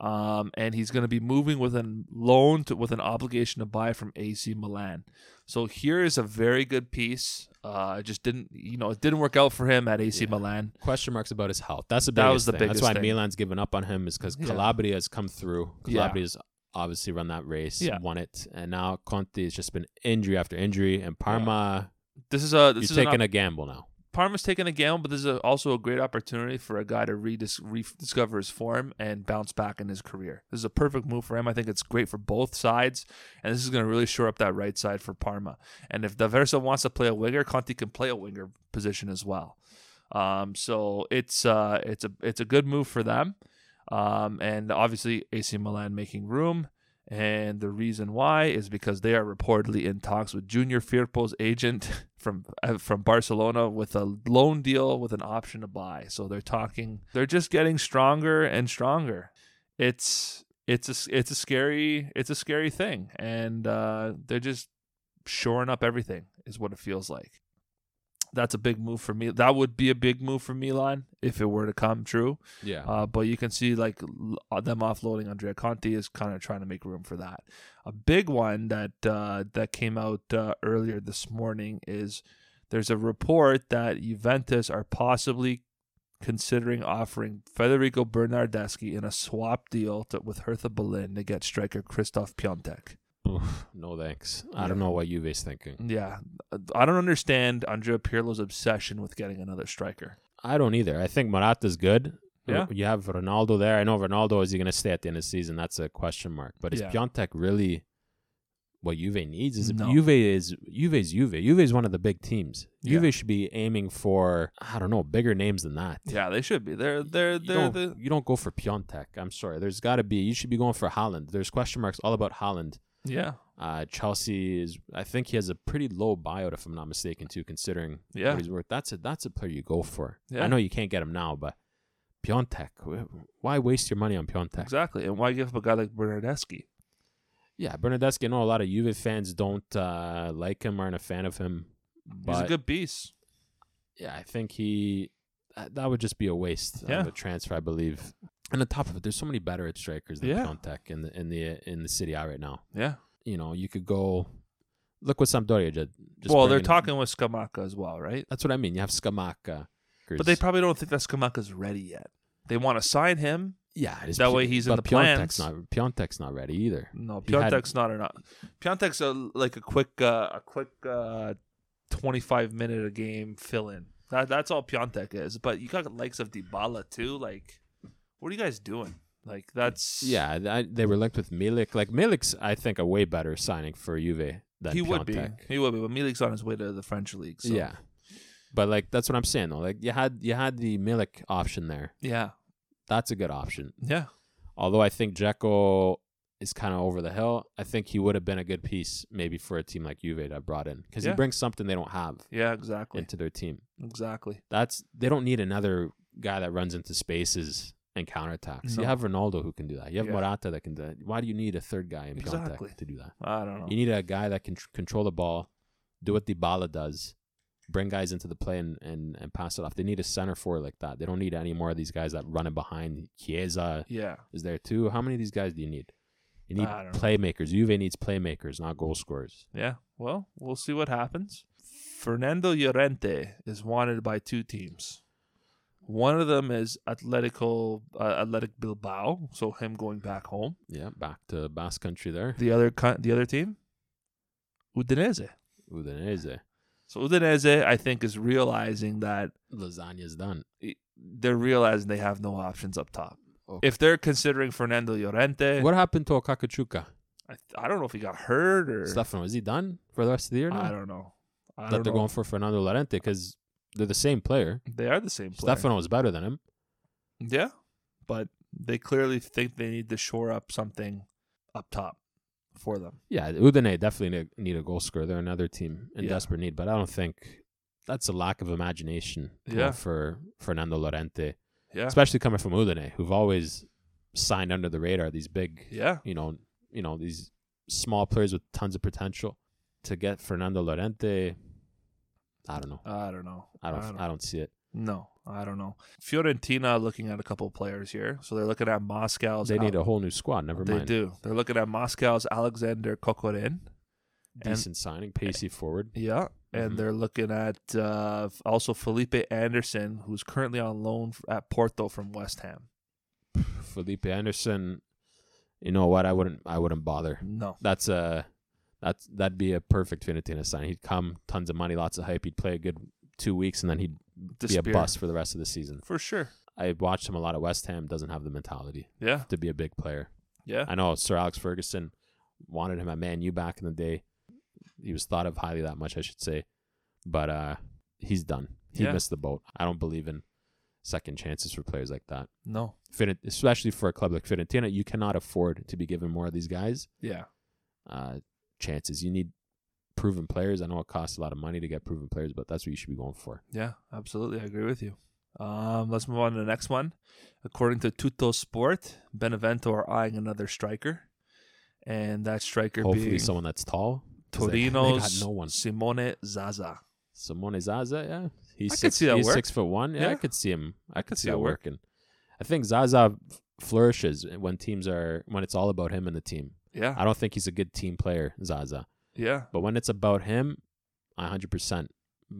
um, and he's going to be moving with a loan to, with an obligation to buy from AC Milan. So here is a very good piece. Uh, it just didn't you know it didn't work out for him at AC
Yeah.
Milan.
Question marks about his health. That's the biggest
That was the
thing.
biggest
That's why
thing.
Milan's given up on him is because
Yeah.
Calabria has come through.
Yeah.
Calabria's obviously run that race,
Yeah.
won it, and now Conte has just been injury after injury, and Parma
This is a this
you're
is an
taking a gamble now.
Parma's taking a gamble, but this is a, also a great opportunity for a guy to redis- rediscover his form and bounce back in his career. This is a perfect move for him. I think it's great for both sides, and this is going to really shore up that right side for Parma. And if Daversa wants to play a winger, Conti can play a winger position as well. Um, so it's uh, it's a it's a good move for them, um, and obviously AC Milan making room. And the reason why is because they are reportedly in talks with Junior Firpo's agent *laughs* from uh, from Barcelona with a loan deal with an option to buy. So they're talking. They're just getting stronger and stronger. It's it's a it's a scary it's a scary thing, and uh, they're just shoring up everything is what it feels like. That's a big move for me. That would be a big move for Milan if it were to come true.
Yeah.
Uh, but you can see like l- uh, them offloading Andrea Conti is kind of trying to make room for that. A big one that uh, that came out uh, earlier this morning is there's a report that Juventus are possibly considering offering Federico Bernardeschi in a swap deal to, with Hertha Berlin to get striker Christoph Piontek.
Oof, no thanks. I
Yeah.
don't know what Juve's thinking.
Yeah, I don't understand Andrea Pirlo's obsession with getting another striker.
I don't either. I think Morata's good.
Yeah.
You have Ronaldo there. I know Ronaldo is he going to stay at the end of the season? That's a question mark. But is
Yeah.
Piontek really what Juve needs? Is
No.
Juve is Juve's Juve. Juve is one of the big teams.
Yeah.
Juve should be aiming for I don't know bigger names than that.
Yeah, they should be. They're they're
You
they're
don't,
the
you don't go for Piontek. I'm sorry. There's got to be. You should be going for Holland. There's question marks all about Holland.
yeah
Uh, Chelsea is. I think he has a pretty low buyout, if I'm not mistaken, too, considering
yeah
what he's worth. That's a that's a player you go for.
Yeah.
I know you can't get him now, but Piontek, wh- why waste your money on Piontek?
exactly. And why give up a guy like Bernardeschi?
Yeah, Bernardeschi. I know a lot of Juve fans don't uh, like him, aren't a fan of him.
He's a
But-
good beast.
Yeah, I think he that, that would just be a waste
Yeah.
of a transfer, I believe. And on top of it, there's so many better at strikers than
Yeah.
Piontek in the in the in the City A right now.
Yeah.
You know, you could go look what Sampdoria did. Just
well,
bring
they're
in-
talking with Skamaka as well, right?
That's what I mean. You have Skamaka,
But they probably don't think that Skamaka's ready yet. They want to sign him.
yeah, it is
that
Pi-
way he's in
but
the
Piontek's
plans.
Not, Piontek's not ready either.
No,
He had-
Piontek's not enough. Piontek's a, like a quick, uh, a quick, uh, twenty-five minute a game fill in. That, that's all Piontek is. But you got the likes of Dybala too. Like, what are you guys doing? Like, that's
Yeah, th- I, they were linked with Milik. Like Milik's, I think, a way better signing for Juve than
He
Piontek.
would be. He would be. But Milik's on his way to the French league. So.
Yeah, but like that's what I'm saying though. Like you had you had the Milik option there.
Yeah.
That's a good option.
Yeah.
Although I think Jekyll is kind of over the hill. I think he would have been a good piece maybe for a team like Juve that brought in because
Yeah.
he brings something they don't have
Yeah. Exactly.
into their team.
Exactly.
That's they don't need another guy that runs into spaces and counterattacks.
No.
You have Ronaldo who can do that. You have
Yeah.
Morata that can do that. Why do you need a third guy in
Exactly.
Piontek to do that?
I don't know.
You need a guy that can tr- control the ball, do what Dybala does, bring guys into the play and, and, and pass it off. They need a center forward like that. They don't need any more of these guys that run it behind. Chiesa
yeah.
is there too. How many of these guys do you need? You need
I don't know.
playmakers. Juve needs playmakers, not goal scorers.
Yeah. Well, we'll see what happens. Fernando Llorente is wanted by two teams. One of them is Atletico uh, Athletic Bilbao, so him going back home.
Yeah, back to Basque country there.
The other co- the other team, Udinese.
Udinese.
So Udinese, I think, is realizing that
Lasagna's done.
they're realizing they have no options up top.
Okay.
If they're considering Fernando Llorente,
What happened to Okakachuka?
I, th- I don't know if he got hurt or
Stefano, is he done for the rest of the year? Now?
I don't know. I
that
don't
they're
know.
going for Fernando Llorente because they're the same player.
they are the same player.
Stefano is better than him.
Yeah, but they clearly think they need to shore up something up top for them.
Yeah, Udine definitely ne- need a goal scorer. They're another team in
Yeah.
desperate need, but I don't think that's a lack of imagination you know,
Yeah.
for Fernando Llorente,
Yeah,
especially coming from Udine, who've always signed under the radar these big,
yeah,
you know, you know these small players with tons of potential. To get Fernando Llorente, I don't know.
I don't know.
I don't. I don't, see it.
No, I don't know. Fiorentina looking at a couple of players here, so they're looking at Moscow's.
They need
Al-
a whole new squad. Never
They
mind.
do. They're looking at Moscow's Alexander Kokorin. And-
Decent signing, pacey forward.
Yeah, and
Mhm.
they're looking at uh, also Felipe Anderson, who's currently on loan f- at Porto from West Ham.
*sighs* Felipe Anderson, you know what? I wouldn't I wouldn't bother.
No,
That's a that's that'd be a perfect Fiorentina sign. He'd come, tons of money, lots of hype. He'd play a good two weeks, and then he'd be
Disappear.
a bust for the rest of the season.
for sure.
I watched him a lot at West Ham. Doesn't have the mentality
Yeah,
to be a big player.
yeah,
*laughs* I know Sir Alex Ferguson wanted him at Man U back in the day. He was thought of highly that much, I should say, but uh, he's done. He
Yeah.
missed the boat. I don't believe in second chances for players like that.
no,
Fiorent- especially for a club like Fiorentina, you cannot afford to be given more of these guys
yeah,
uh, chances. You need proven players. I know it costs a lot of money to get proven players, but that's what you should be going for.
yeah. Absolutely, I agree with you. Um, let's move on to the next one. According to Tutto Sport, Benevento are eyeing another striker, and that striker
Hopefully,
being
someone that's tall. 'cause they- *laughs* They
Torino's
got no one.
Simone Zaza.
Simone Zaza, yeah, he's
I could
six,
see that
he's
work.
six foot one. Yeah,
Yeah.
I could see him. I could see
that
that
work.
working. I think Zaza f- flourishes when teams are when it's all about him and the team.
Yeah,
I don't think he's a good team player, Zaza,
yeah,
but when it's about him, I hundred percent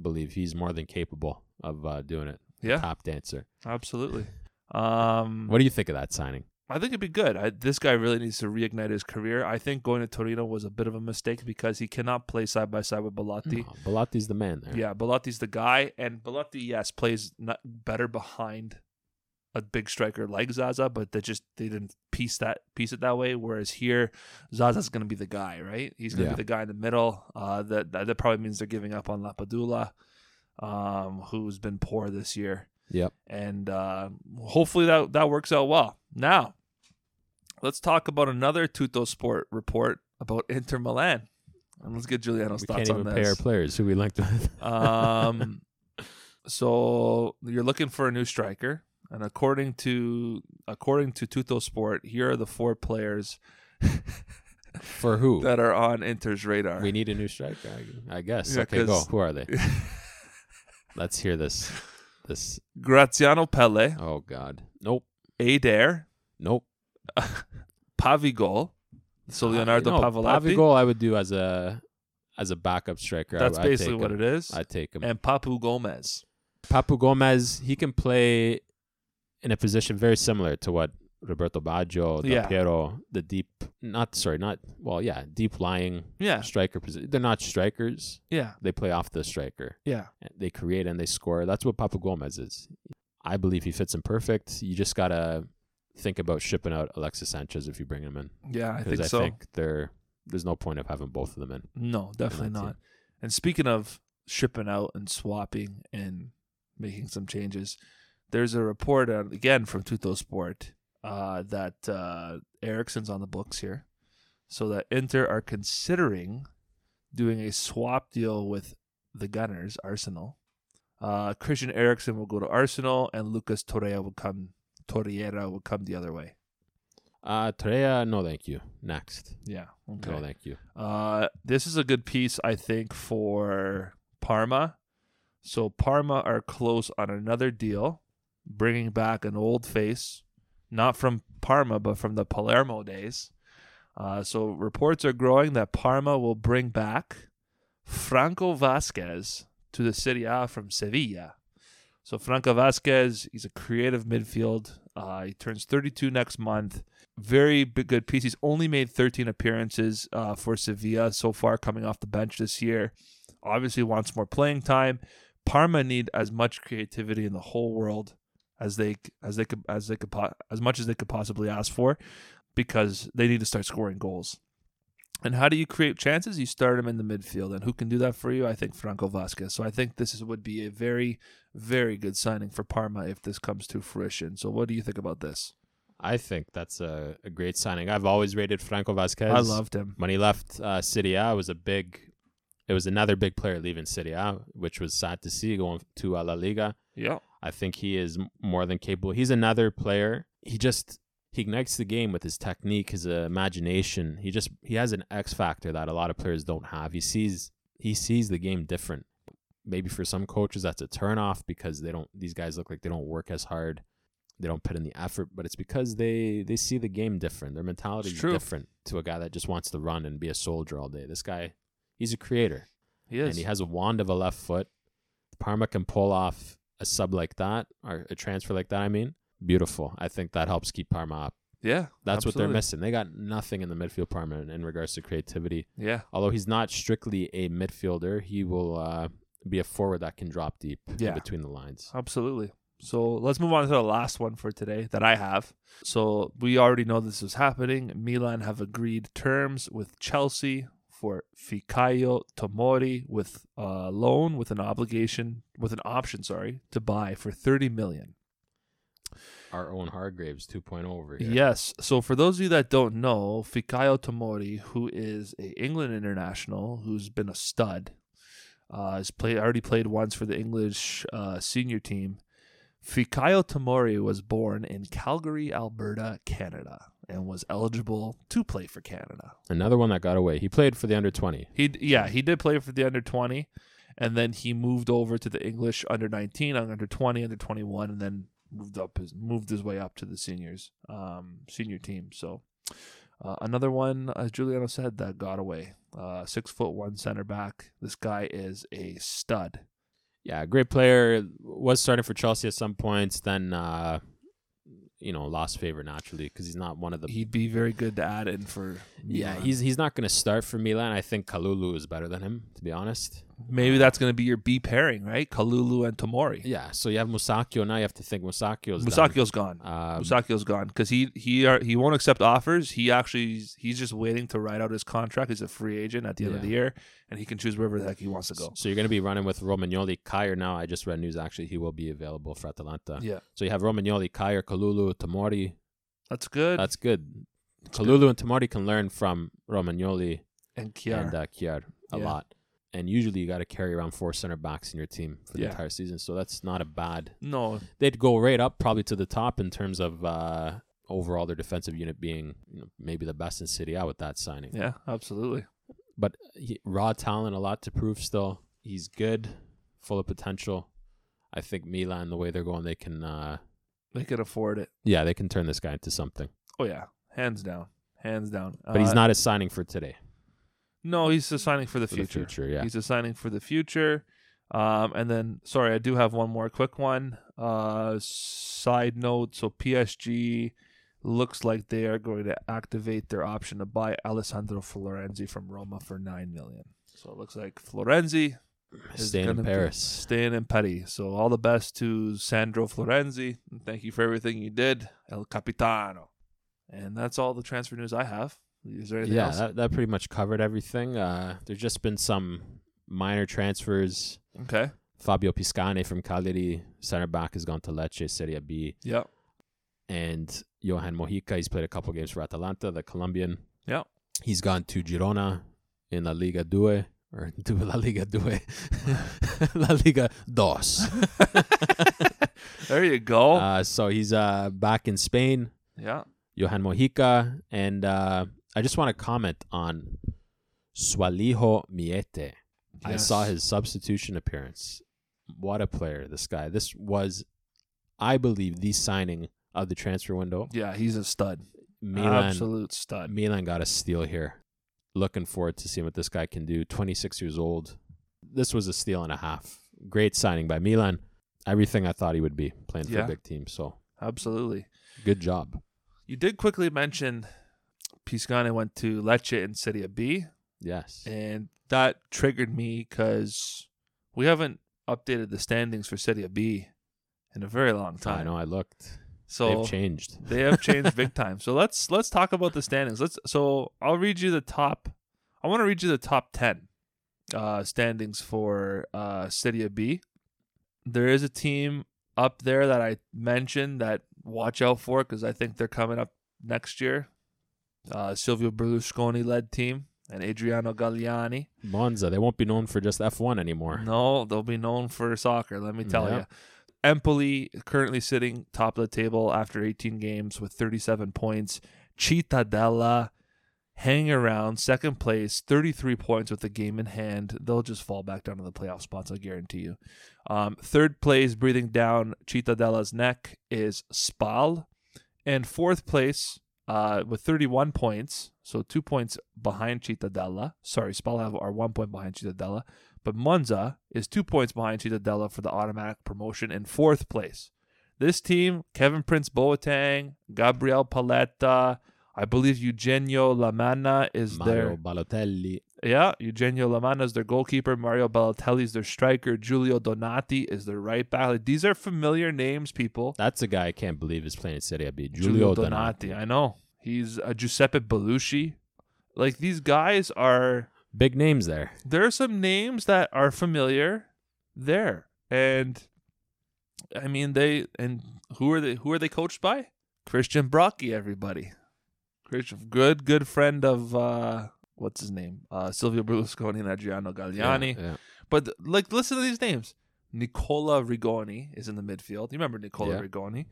believe he's more than capable of uh, doing it.
yeah.
Top dancer.
Absolutely. Um,
What do you think of that signing?
I think it'd be good. I, this guy really needs to reignite his career. I think going to Torino was a bit of a mistake because he cannot play side by side with Bellotti.
No, Belotti's the man there.
Yeah, Belotti's the guy, and Bellotti, yes, plays not better behind a big striker like Zaza, but they just they didn't piece that piece it that way. Whereas here, Zaza's going to be the guy, right? He's going to
Yeah.
be the guy in the middle. Uh, that that that probably means they're giving up on Lapadula, um, who's been poor this year
Yep.
and uh, hopefully that that works out well. Now, let's talk about another Tutto Sport report about Inter Milan, and let's get Giuliano's
we
thoughts
can't even
on
pay our
this.
players who we linked with.
um, so you're looking for a new striker, and according to according to Tutto Sport, here are the four players
*laughs* For who?
that are on Inter's radar.
we need a new striker, I, I guess.
Yeah,
okay, go.
'cause-
Who
*laughs*
are they? Let's hear this. This.
Graziano Pelle,
Oh God. Nope.
Adair,
Nope. Uh,
Pavigol, so Leonardo
Ah, no,
Pavoletti.
Pavigol, I would do as a as a backup striker.
That's
I,
basically
I'd take
what
him.
it is.
I'd take him.
and Papu Gomez.
Papu Gomez, he can play in a position very similar to what Roberto Baggio, Del
Yeah.
Piero, the deep, not sorry, not well, yeah, deep lying
Yeah,
striker position. They're not strikers;
yeah,
they play off the striker.
yeah,
They create and they score. That's what Papu Gomez is. I believe he fits in perfect. You just gotta think about shipping out Alexis Sanchez if you bring him in,
yeah. I think
I
so.
think there there's no point of having both of them in.
no, definitely
that's it.
not. And speaking of shipping out and swapping and making some changes, there's a report uh, again from Tutto Sport uh, that uh, Ericsson's on the books here, so that Inter are considering doing a swap deal with the Gunners, Arsenal. Uh, Christian Eriksen will go to Arsenal, and Lucas Torreira will come. Torreira will come the other way.
Uh, Treya, no, thank you. Next,
Yeah. Okay.
no, thank you.
Uh, this is a good piece, I think, for Parma. So Parma are close on another deal, bringing back an old face, not from Parma but from the Palermo days. Uh, so reports are growing that Parma will bring back Franco Vasquez to the Serie A from Sevilla. So Franco Vasquez, he's a creative midfield. Uh, he turns 32 next month very big, good piece. He's only made 13 appearances uh, for Sevilla so far, coming off the bench this year. Obviously, wants more playing time. Parma need as much creativity in the whole world as they as they could as they could po- as much as they could possibly ask for, because they need to start scoring goals. And how do you create chances? You start him in the midfield. And who can do that for you? I think Franco Vasquez. So I think this is, would be a very, very good signing for Parma if this comes to fruition. So what do you think about this?
I think that's a, a great signing. I've always rated Franco Vasquez.
I loved him.
when he left uh, City A. It was a big, it was another big player leaving City A, which was sad to see going to uh, La Liga.
Yeah.
I think he is m- more than capable. He's another player. He just he ignites the game with his technique, his uh, imagination. He just he has an X factor that a lot of players don't have. He sees he sees the game different. Maybe for some coaches that's a turnoff because they don't these guys look like they don't work as hard. They don't put in the effort, but it's because they they see the game different. Their mentality
It's
is
true.
different to a guy that just wants to run and be a soldier all day. This guy, he's a creator
He is.
and he has a wand of a left foot. Parma can pull off a sub like that or a transfer like that. I mean, beautiful. I think that helps keep Parma up.
yeah.
That's what they're
absolutely.
missing. They got nothing in the midfield Parma in, in regards to creativity.
Yeah.
Although he's not strictly a midfielder, he will uh, be a forward that can drop deep
Yeah.
in between the lines.
Absolutely. So let's move on to the last one for today that I have. So we already know this is happening. Milan have agreed terms with Chelsea for Fikayo Tomori with a loan with an obligation with an option, sorry, to buy for 30 million.
Our own Hargraves 2.0 over here.
Yes. So for those of you that don't know, Fikayo Tomori, who is a England international, who's been a stud, uh, has played already played once for the English uh, senior team. Fikayo Tomori was born in Calgary, Alberta, Canada, and was eligible to play for Canada.
Another one that got away. He played for the under 20.
He d- yeah, he did play for the under 20 and then he moved over to the English under 19, under 20, under 21 and then moved up his moved his way up to the seniors um senior team. So uh, another one as Giuliano said that got away. Uh 6 foot 1 center back. This guy is a stud.
Yeah, great player. Was starting for Chelsea at some points, then uh, you know lost favor naturally because he's not one of the.
He'd be very good to add in for
yeah,
Milan.
he's he's not going to start for Milan. I think Kalulu is better than him, to be honest.
maybe that's going to be your B pairing, right? Kalulu and Tomori.
Yeah, so you have Musakio now. You have to think Musakio's
Musakio's gone.
Done. Um,
Musakio's gone because he he are, he won't accept offers. He actually he's just waiting to write out his contract. He's a free agent at the end of
Yeah.
the year, and he can choose wherever the heck he wants to go.
So you're going to be running with Romagnoli, Kyer. Now I just read news actually he will be available for Atalanta.
Yeah,
So you have Romagnoli, Kyer, Kalulu, Tamori.
that's good.
That's good. Kalulu and Tamori can learn from Romagnoli.
and Kiar.
and uh, Kiar a
Yeah.
lot. And usually you got to carry around four center backs in your team for the
Yeah.
entire season. So that's not a bad.
no,
They'd go right up probably to the top in terms of uh, overall their defensive unit being you know, maybe the best in City A with that signing.
yeah, absolutely.
But he, raw talent, a lot to prove still. He's good, full of potential. I think Milan, the way they're going, they can. Uh,
They can afford it.
yeah, they can turn this guy into something.
Oh yeah, hands down, hands down. Uh,
But he's not a signing for today.
No, he's just signing for the
For the
future.
future, yeah.
He's assigning for the future. Um, and then, sorry, I do have one more quick one. Uh, side note: so PSG looks like they are going to activate their option to buy Alessandro Florenzi from Roma for nine million. So it looks like Florenzi is
Staying
gonna
in
be
Paris.
staying in Paris. So all the best to Sandro Florenzi. And thank you for everything you did, El Capitano. And that's all the transfer news I have. Is there anything
yeah,
else?
that, that pretty much covered everything. Uh, there's just been some minor transfers.
okay.
Fabio Piscane from Cagliari, center back, has gone to Lecce, Serie B,
Yeah.
and Johan Mojica. He's played a couple games for Atalanta, the Colombian.
Yeah.
he's gone to Girona in La Liga Due or *laughs* to La Liga Due, *laughs* La Liga
*laughs*
Dos.
There you go.
Uh, so he's uh, back in Spain.
yeah.
Johan Mojica, and uh, I just want to comment on Swaliho Miete. I
Yes.
saw his substitution appearance. What a player, this guy. This was, I believe, the signing of the transfer window.
Yeah, he's a stud.
Milan,
Absolute stud.
Milan got a steal here. Looking forward to seeing what this guy can do. 26 years old. This was a steal and a half. Great signing by Milan. Everything I thought he would be playing for
Yeah.
a big team. So
Absolutely.
good job.
You did quickly mention Piscane went to Lecce in City B,
Yes.
and that triggered me because we haven't updated the standings for City B in a very long time.
I know. I looked.
So
They've changed.
they have changed big time. So let's let's talk about the standings. Let's so I'll read you the top I want to read you the top 10 uh, standings for uh, City of B. There is a team up there that I mentioned that watch out for because I think they're coming up next year. Uh, Silvio Berlusconi led team and Adriano Galliani.
Monza, they won't be known for just F1 anymore.
No, they'll be known for soccer, let me tell
Yep.
you. Empoli currently sitting top of the table after 18 games with 37 points. Cittadella hang around second place, 33 points with the game in hand. They'll just fall back down to the playoff spots, I guarantee you. Um, third place, breathing down Cittadella's neck, is Spal. And fourth place, uh, with 31 points, so two points behind Cittadella. Sorry, Spal have are one point behind Cittadella, but Monza is two points behind Cittadella for the automatic promotion in fourth place. This team, Kevin Prince Boateng, Gabriel Paletta, I believe Eugenio Lamanna is
Mario
their
Balotelli.
yeah, Eugenio Lamanna is their goalkeeper. Mario Balotelli is their striker. Giulio Donati is their right back. Like, these are familiar names, people.
That's a guy I can't believe is playing at Serie B. Giulio Donati.
I know. He's a Giuseppe Belushi. Like these guys are
Big names there.
there are some names that are familiar there. And I mean they and who are they who are they coached by? Christian Brocky, everybody. Christian good, good friend of uh what's his name? Uh Silvio Berlusconi and Adriano Galliani.
Yeah, yeah.
But th- like, listen to these names. Nicola Rigoni is in the midfield. You remember Nicola
Yeah.
Rigoni?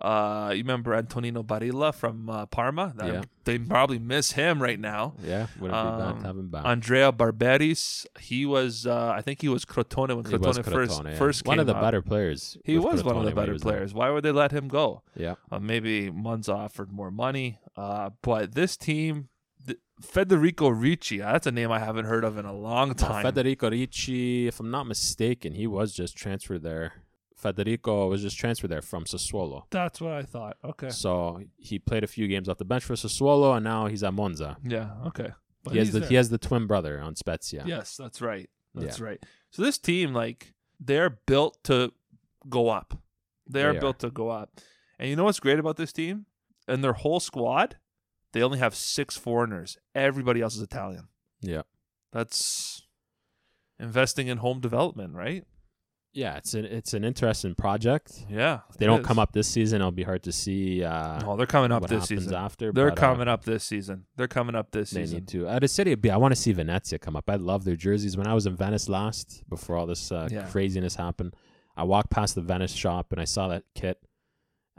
Uh, you remember Antonino Barilla from uh, Parma? That-
Yeah.
They probably miss him right now.
Yeah, wouldn't be bad
Um,
to have him back.
Andrea Barberis, he was, uh, I think he was Crotone when
He
Crotone,
was
first,
Crotone, yeah.
first came
one of the
up.
better players.
He
with
was one of the
Crotone when he
better
was there.
players. Why would they let him go?
Yeah,
Uh, maybe Munza offered more money. Uh, but this team, th- Federico Ricci, uh, that's a name I haven't heard of in a long time.
Uh, Federico Ricci, if I'm not mistaken, he was just transferred there. Federico was just transferred there from Sassuolo.
that's what I thought. Okay.
So he played a few games off the bench for Sassuolo, and now he's at Monza.
Yeah. Okay. But
he has
he's
the
there.
he has the twin brother on Spezia.
Yes, that's right.
Yeah.
That's right. So this team, like, they're built to go up. They are
They are.
built to go up. And you know what's great about this team? And their whole squad, they only have six foreigners. Everybody else is Italian.
yeah,
That's investing in home development, right?
yeah. It's an it's an interesting project.
Yeah.
If they
it
don't
is.
come up this season, it'll be hard to see. Uh,
No, they're coming up
what
this
happens
season.
after
They're
but, uh,
coming up this season. They're coming up this
They
season.
need to. At a city of B, I want to see Venezia come up. I love their jerseys. When I was in Venice last, before all this uh,
Yeah.
craziness happened, I walked past the Venice shop and I saw that kit.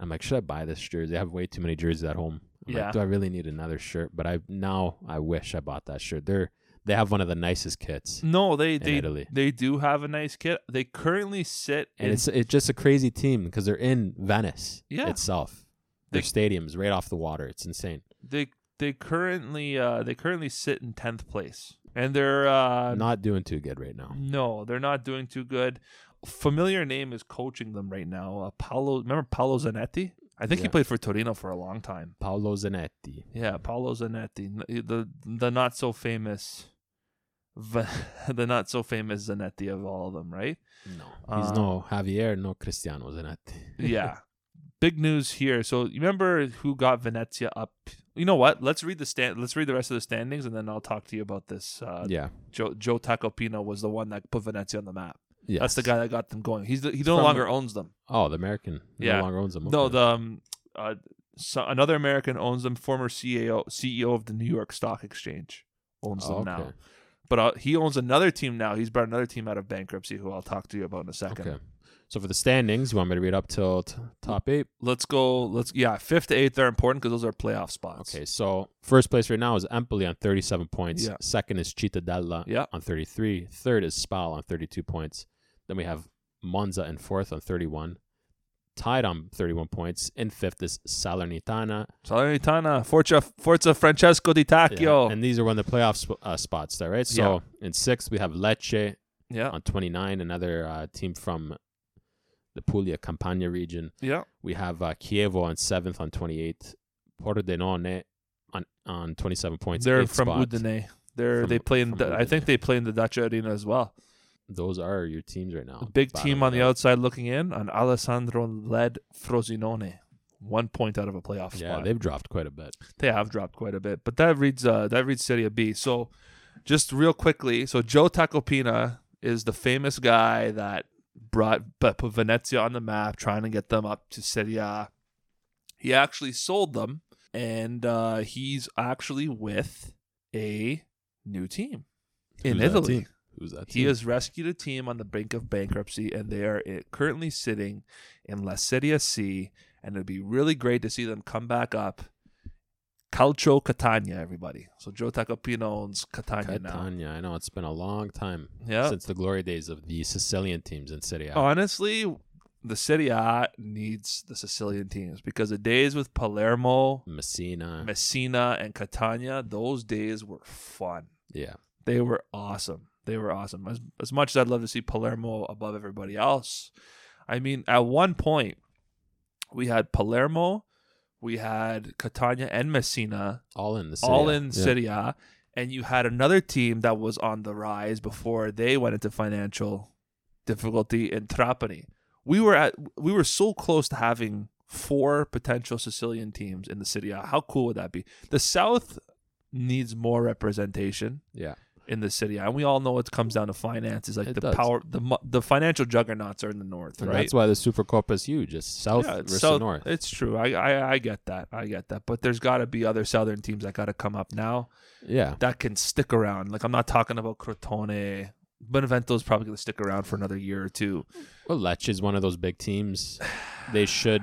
I'm like, should I buy this jersey? I have way too many jerseys at home. I'm
Yeah.
like, do I really need another shirt? But I now I wish I bought that shirt. They're they have one of the nicest kits.
No, they
In
they
Italy.
they do have a nice kit. They currently sit
And
in
it's it's just a crazy team because they're in Venice
Yeah.
itself. Their
They-
stadium's right off the water. It's insane.
they they currently uh they currently sit in 10th place and they're uh
Not doing too good right now.
no they're not doing too good familiar name is coaching them right now uh, paolo remember paolo zanetti i think he
Yeah.
played for torino for a long time
Paolo Zanetti.
yeah paolo zanetti N- the the not so famous *laughs* v- the not so famous zanetti of all of them right
No, he's
Uh,
no Javier, no Cristiano Zanetti.
yeah big news here so you remember who got venezia up you know what let's read the stand let's read the rest of the standings and then i'll talk to you about this uh
*laughs* yeah,
Joe Joe Tacopino was the one that put Venezia on the map.
yeah.
That's the guy that got them going. He's the, he no
From-
longer owns them.
Oh, the American.
Yeah.
no longer owns them.
No,
okay.
the um, uh, so another American owns them. Former E CEO CEO of the New York Stock Exchange owns them
Oh,
now. But uh, he owns another team now. He's brought another team out of bankruptcy, who I'll talk to you about in a second.
Okay. So for the standings, you want me to read up till t- top eight?
Let's go. Let's yeah, fifth to eighth are important because those are playoff spots.
Okay, so first place right now is Empoli on 37 points.
Yeah.
Second is Cittadella
Yeah.
on 33. Third is Spal on 32 points. Then we have Monza in fourth on 31. Tied on 31 points. In fifth is Salernitana.
Salernitana, Forza Forza Francesco Di Tacchio. Yeah.
And these are one of the playoff sp- uh, spots there, right? So in sixth, we have Lecce
yeah.
on 29, Uh, another uh, team from the Puglia Campania region. We have uh, Chievo on 7th on 28, Pordenone on on 27 points.
They're
eighth
from
spot.
Udine. They're
From-
they play in
from
the, I think
Udine.
they play in the Dacia Arena as well.
Those are your teams right now.
The big
Bottom
team
of
on the outside looking in on Alessandro led Frosinone. One point out of a playoff
Yeah,
spot.
they've dropped quite a bit.
They have dropped quite a bit, but that reads uh, that reads Serie B. So just real quickly, so Joe Tacopina is the famous guy that brought but put Venezia on the map, trying to get them up to Serie A. He actually sold them, and uh, he's actually with a new team in
Who's that
Italy.
team? Who's that?
He
team?
has rescued a team on the brink of bankruptcy, and they are i- currently sitting in La Serie C. And it'd be really great to see them come back up. Calcio Catania, everybody. So Joe Tacopino owns Catania, now.
Catania. I know it's been a long time
Yeah. Oh,
since the glory days of the Sicilian teams in Serie A.
Honestly, the Serie A needs the Sicilian teams because the days with Palermo,
Messina.
Messina, and Catania, those days were fun.
yeah.
they were awesome. They were awesome. As, as much as I'd love to see Palermo above everybody else, I mean, at one point, we had Palermo, we had Catania and Messina,
All in the Serie
all
A.
in
Yeah.
Serie A, and you had another team that was on the rise before they went into financial difficulty in Trapani. We were at we were so close to having four potential Sicilian teams in the Serie A. How cool would that be? The South needs more representation
Yeah.
in the city, and we all know it comes down to finances. Like
It
the
does.
power, the mo- the financial juggernauts are in the north,
And
right?
That's why the Supercopa is huge. It's south
Yeah, it's
versus
south-
north.
It's true. I, I I get that. I get that. But there's got to be other southern teams that got to come up now
yeah.
that can stick around. Like I'm not talking about Crotone. Benevento's probably going to stick around for another year or two.
Well, Lecce is one of those big teams.
*sighs*
They should.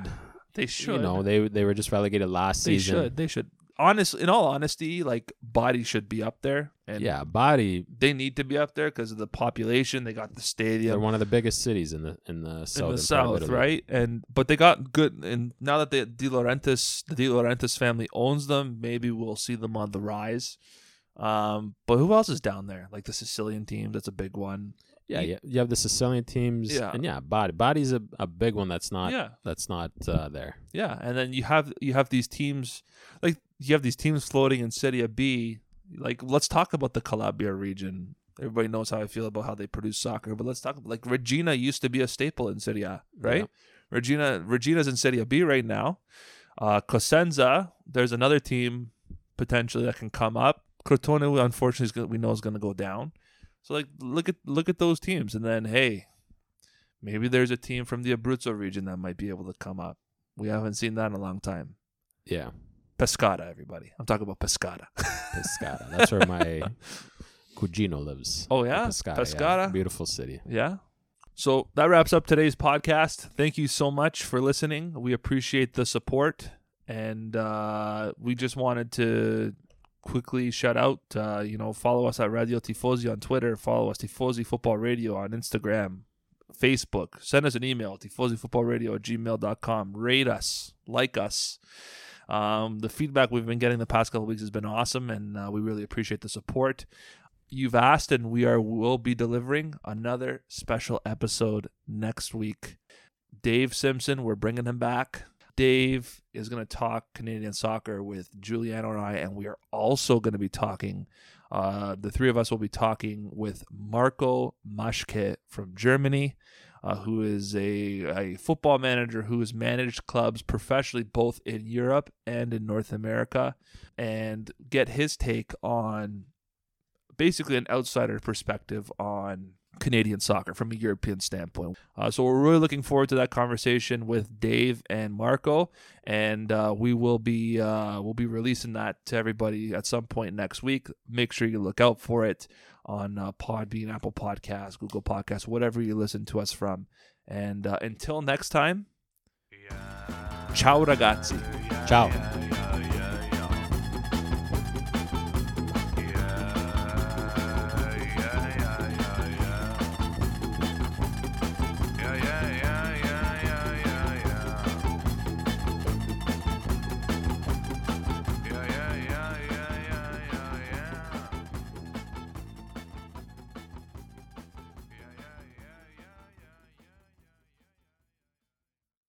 They should.
You know, they they were just relegated last
they
season.
should. They should. Honest, in all honesty, like body should be up there, and
yeah, Bari.
they need to be up there because of the population. They got the stadium.
They're one of the biggest cities in the in the south.
in the south, right? And but they got good, and now that the De Laurentiis, the De Laurentiis family owns them, maybe we'll see them on the rise. Um, but who else is down there? Like the Sicilian team, that's a big one.
Yeah, yeah. You have the Sicilian teams.
Yeah.
And yeah, Bari. Bari's a, a big one that's not
Yeah.
that's not uh, there.
Yeah, and then you have you have these teams, like you have these teams floating in Serie B. Like let's talk about the Calabria region. Everybody knows how I feel about how they produce soccer, but let's talk about like Regina used to be a staple in Serie A, right?
Yeah.
Regina Regina's in Serie B right now. Uh, Cosenza, there's another team potentially that can come up. Crotone, unfortunately, is gonna, we know is going to go down. So like, look at look at those teams, and then hey, maybe there's a team from the Abruzzo region that might be able to come up. We haven't seen that in a long time.
Yeah.
Pescada, everybody. I'm talking about Pescada.
Pescara. That's where
*laughs*
my cugino lives.
Oh, yeah?
Pescara.
Pescara?
Beautiful city.
Yeah. So that wraps up today's podcast. Thank you so much for listening. We appreciate the support. And uh, we just wanted to quickly shout out, uh, you know, follow us at Radio Tifosi on Twitter. Follow us, Tifosi Football Radio on Instagram, Facebook. Send us an email, tifosifootballradio at gmail.com. Rate us, like us. Um, the feedback we've been getting the past couple weeks has been awesome, and uh, we really appreciate the support you've asked and we are will be delivering another special episode next week dave simpson we're bringing him back dave is going to talk canadian soccer with juliano and i and we are also going to be talking uh, the three of us will be talking with marco maschke from germany uh, who is a, a football manager who has managed clubs professionally both in europe and in north america and get his take on basically an outsider perspective on Canadian soccer from a European standpoint. Uh, so we're really looking forward to that conversation with Dave and Marco, and uh, we will be uh, we'll be releasing that to everybody at some point next week. Make sure you look out for it on uh, Podbean, Apple Podcasts, Google Podcasts, whatever you listen to us from. And uh, until next time, ciao ragazzi.
Ciao.